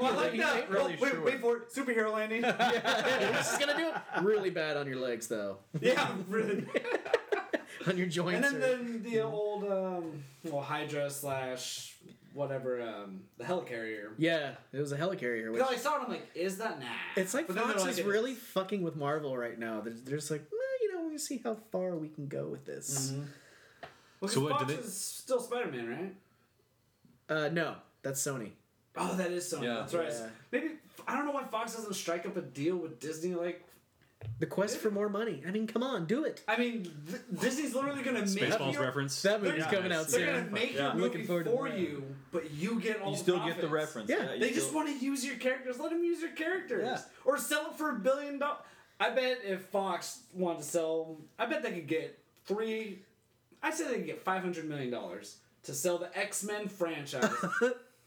Well, like,
He's
no,
like,
really
wait,
sure.
wait for it. Superhero landing. yeah,
"You're just gonna do it really bad on your legs though,
really.
on your
And
joints.
then,
or-
then the old um, well Hydra slash whatever um, the helicarrier.
yeah, it was a helicarrier. Which,
Because I saw it, I'm like, is that nah?
it's like
But then they're
Fox is
it
really fucking with Marvel right now. They're, they're just like, well, you know, we're gonna see how far we can go with this.
Mm-hmm. Well,
So
'cause
what,
Fox
did they-
is still Spider-Man, right?
Uh, no, that's Sony.
Oh, that is Sony.
Yeah.
That's right.
Yeah.
Maybe I don't know why Fox doesn't strike up a deal with Disney. Like,
The quest for more money. I mean, come on, do it.
I mean, th- Disney's literally gonna make
Spaceballs
your,
reference.
That movie's coming out
They're
soon.
gonna make
Yeah.
your
I'm
looking
movie
forward to
for
that.
you, but you get all.
You
the
still get the
profits.
reference.
Yeah.
you
They just
still-
want to use your characters. Let them use your characters,
Yeah.
or sell it for a billion dollars. I bet if Fox wanted to sell, I bet they could get three. I say they could get five hundred million dollars to sell the X Men franchise.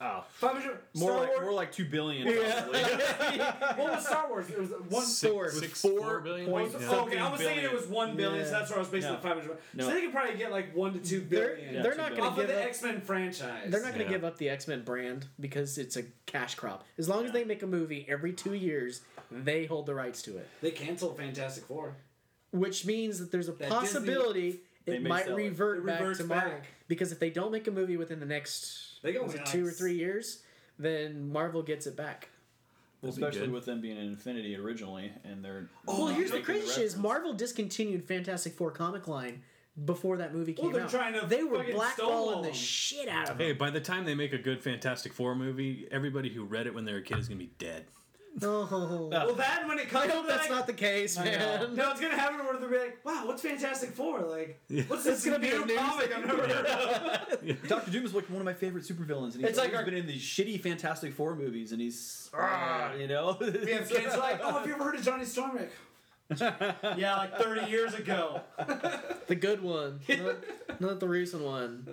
Oh.
Five hundred
more
Star
like
Wars.
more like two billion. probably.
What was Star Wars? It was one.
Six-
four.
six-
Four
four billion?
point-
Yeah.
Oh, okay, I was thinking it was one billion, so
Yeah.
that's where I was basing
No.
the five hundred.
No.
So they could probably get like one to two
They're,
billion.
they're
Yeah,
not
too
gonna
off of
give
the
up.
X Men franchise.
They're not going to
Yeah.
give up the X Men brand because it's a cash crop. As long as they make a movie every two years,
Mm-hmm.
they hold the rights to it,
They canceled Fantastic Four.
which means that there's a
That
possibility
They
it
may
might
sell it.
revert
It
back
reverts
to Marvel.
back.
Because if they don't make a movie within the next
They go
was it
nuts.
two or three years, then Marvel gets it back.
Well,
That'd be
especially
good.
with them being an Infinity originally, and they're
Oh,
well, Oh, here's the
taking
crazy shit: is
reference.
Marvel discontinued Fantastic Four comic line before that movie came
Well, they're
out.
trying to
they were
fucking
blackballing
stonewall
the
them.
shit out of it.
Hey, by the time they make a good Fantastic Four movie, everybody who read it when they were a kid is gonna be dead.
Oh,
Well, that when it comes,
I hope
to
that's
that,
not the case, man.
No, it's gonna happen where they're gonna be like, "Wow, what's Fantastic Four? Like, what's this
gonna
gonna
be
be
a news
new comic I've never heard of?"
Doctor Doom is like one of my favorite supervillains, and he's
It's like
always
our-
been in these shitty Fantastic Four movies, and he's ah, you know,
We have kids like, "Oh, have you ever heard of Johnny Storm?" Like, yeah, like thirty years ago.
The good one, not, not the recent one.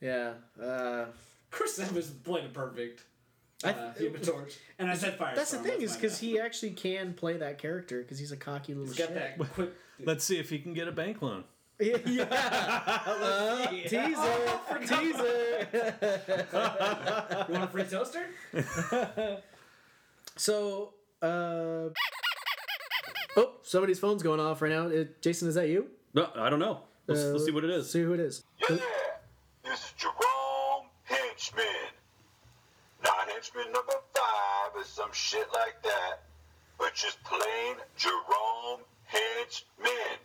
Yeah. Uh,
Chris Evans played it perfect.
I
Uh, Human Torch, and I said Firestorm.
that's the thing is
my
because
bad.
he actually can play that character because he's a cocky little
He's
shit.
got that quick.
Let's see if he can get a bank loan.
yeah. Uh,
Oh,
teaser. teaser.
You want a free toaster?
so. Uh, oh, somebody's phone's going off right now. Uh, Jason, is that you?
no, I don't know. Let's,
Uh,
let's see what it is.
See who it is.
Yeah, it's Jerome Henchman. Not henchman number five or some shit like that, but just plain Jerome Henchman.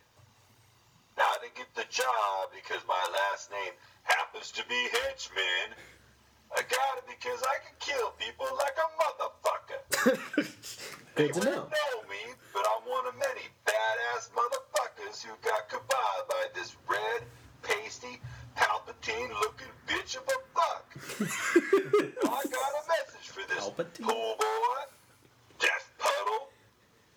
Now I didn't get the job because my last name happens to be Henchman. I got it because I can kill people like a motherfucker.
Good to know.
They don't know me, but I'm one of many badass motherfuckers who got kebab by this red, pasty, Palpatine-looking bitch of a fuck. Now I got a message for this
Palpatine.
pool boy, death puddle,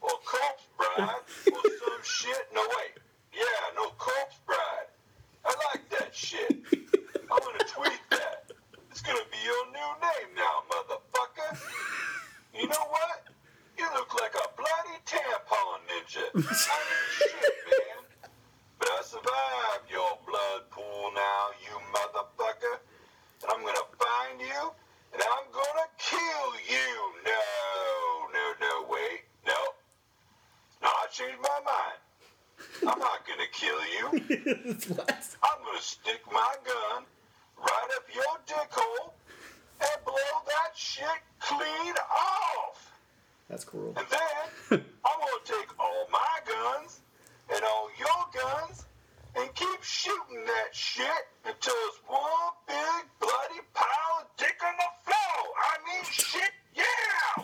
or corpse bride, or some shit. No, wait. Yeah, no corpse bride. I like that shit. I'm gonna tweet that. It's gonna be your new name now, motherfucker. You know what? You look like a bloody tampon ninja. I ain't shit, man. But I survived your blood pool now, you motherfucker. And I'm gonna find you, and I'm gonna kill you. No, I'm not gonna kill you.
What?
I'm gonna stick my gun right up your dick hole and blow that shit clean off.
That's cruel.
And then I'm gonna take all my guns and all your guns and keep shooting that shit until it's one big bloody pile of dick on the floor. I mean, shit, yeah!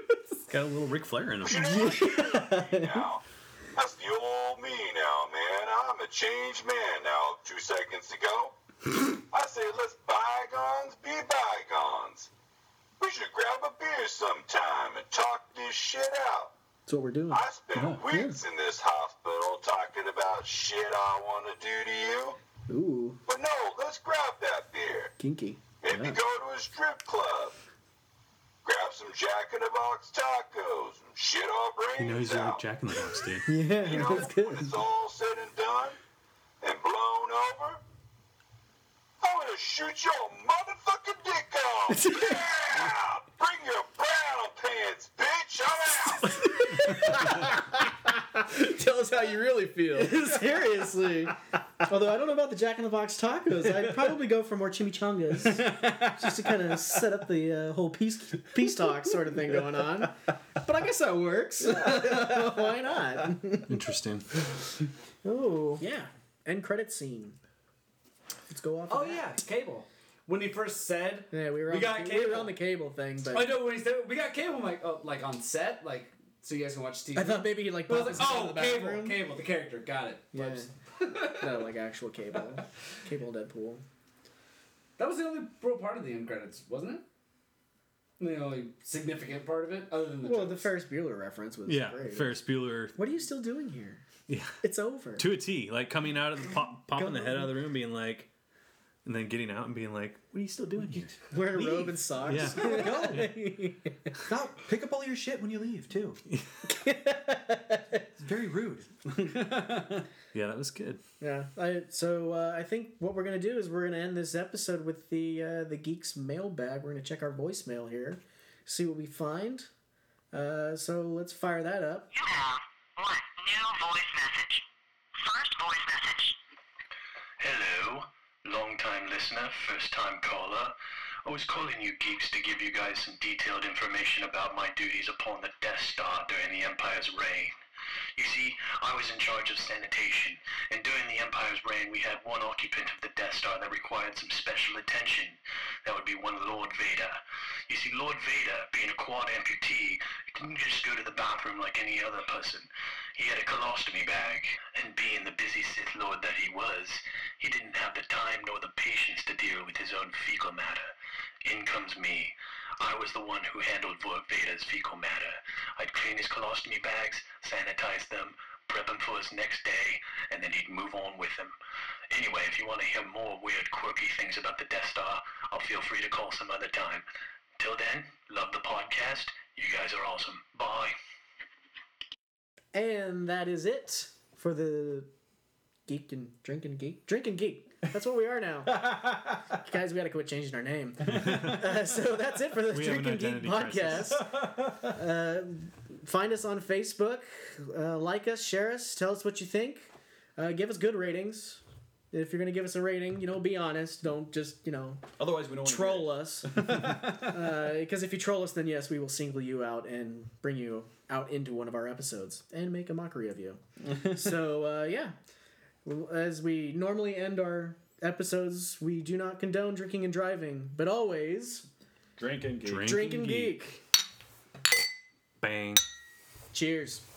Woo!
Got a little Ric Flair in him.
now. That's the old me now, man. I'm a changed man now, two seconds ago. I say, let's bygones be bygones. We should grab a beer sometime and talk this shit out.
That's what we're doing.
I spent
Oh,
weeks in this hospital talking about shit I want to do to you.
Ooh,
But no, let's grab that beer.
kinky.
Maybe
Yeah.
go to a strip club. Grab some Jack in the Box tacos and shit our brains
You know he's a
out.
Jack in the Box, dude.
Yeah,
You know,
that's good.
when it's all said and done and blown over, I'm gonna shoot your motherfucking dick off. yeah! Bring your brown pants, bitch. I'm out.
Tell us how you really feel.
Seriously. Although I don't know about the Jack in the Box tacos, I'd probably go for more chimichangas just to kind of set up the uh, whole peace peace talk sort of thing going on. But I guess that works. Why not?
Interesting.
Oh,
Yeah.
end credit scene. Let's go off.
Oh
of that.
yeah, cable. When he first said,
Yeah, we were on,
We
the,
got
we were
cable. Oh,
on the cable thing,
I
but
know when he said we got cable. I'm like, oh, like on set, like so you guys can watch TV.
I thought maybe he like.
I was like,
popped us into
oh,
the
cable,
bathroom.
cable, the character, got it.
Yeah.
Whoops.
no, like actual cable, cable Deadpool.
That was the only real part of the end credits, wasn't it? The only significant part of it, other than the
Well, the
jokes.
Ferris Bueller reference was
Yeah,
great.
Ferris Bueller.
What are you still doing here?
Yeah,
It's over.
to a T. Like coming out of the pop, popping the head out of the room, being like, and then getting out and being like, "What are you still doing here?"
Wearing a robe and socks.
Yeah.
Stop. Pick up all your shit when you leave, too. it's very rude.
Yeah, that was good.
Yeah. I, so uh, I think what we're gonna do is we're gonna end this episode with the uh, the geeks mailbag. We're gonna check our voicemail here, see what we find. Uh, so let's fire that up.
You have one new voice message. First voice message. Hello, long time listener, first time caller. I was calling you geeks to give you guys some detailed information about my duties upon the Death Star during the Empire's reign. You see, I was in charge of sanitation, and during the Empire's reign, we had one occupant of the Death Star that required some special attention. That would be one Lord Vader. You see, Lord Vader, being a quad amputee, didn't just go to the bathroom like any other person. He had a colostomy bag, and being the busy Sith Lord that he was, he didn't have the time nor the patience to deal with his own fecal matter. In comes me. I was the one who handled Lord Vader's fecal matter. I'd clean his colostomy bags, sanitize them, prep them for his next day, and then he'd move on with them. Anyway, if you want to hear more weird, quirky things about the Death Star, I'll feel free to call some other time. Till then, love the podcast. You guys are awesome. Bye.
And that is it for the geek and drink and geek drink and geek. That's what we are now, guys. We gotta quit changing our name. Uh, so that's it for the
We have
drink
an
and geek
identity
podcast.
crisis.
Uh, find us on Facebook, uh, like us, share us, tell us what you think, uh, give us good ratings. If you're gonna give us a rating, you know, be honest. Don't just you know
Otherwise, we don't want
troll us. Because if you troll us, then yes, we will single you out and bring you out into one of our episodes and make a mockery of you. so, uh, yeah. As we normally end our episodes, we do not condone drinking and driving, but always
Drink and
Drink,
drink and
geek.
geek.
Bang.
Cheers.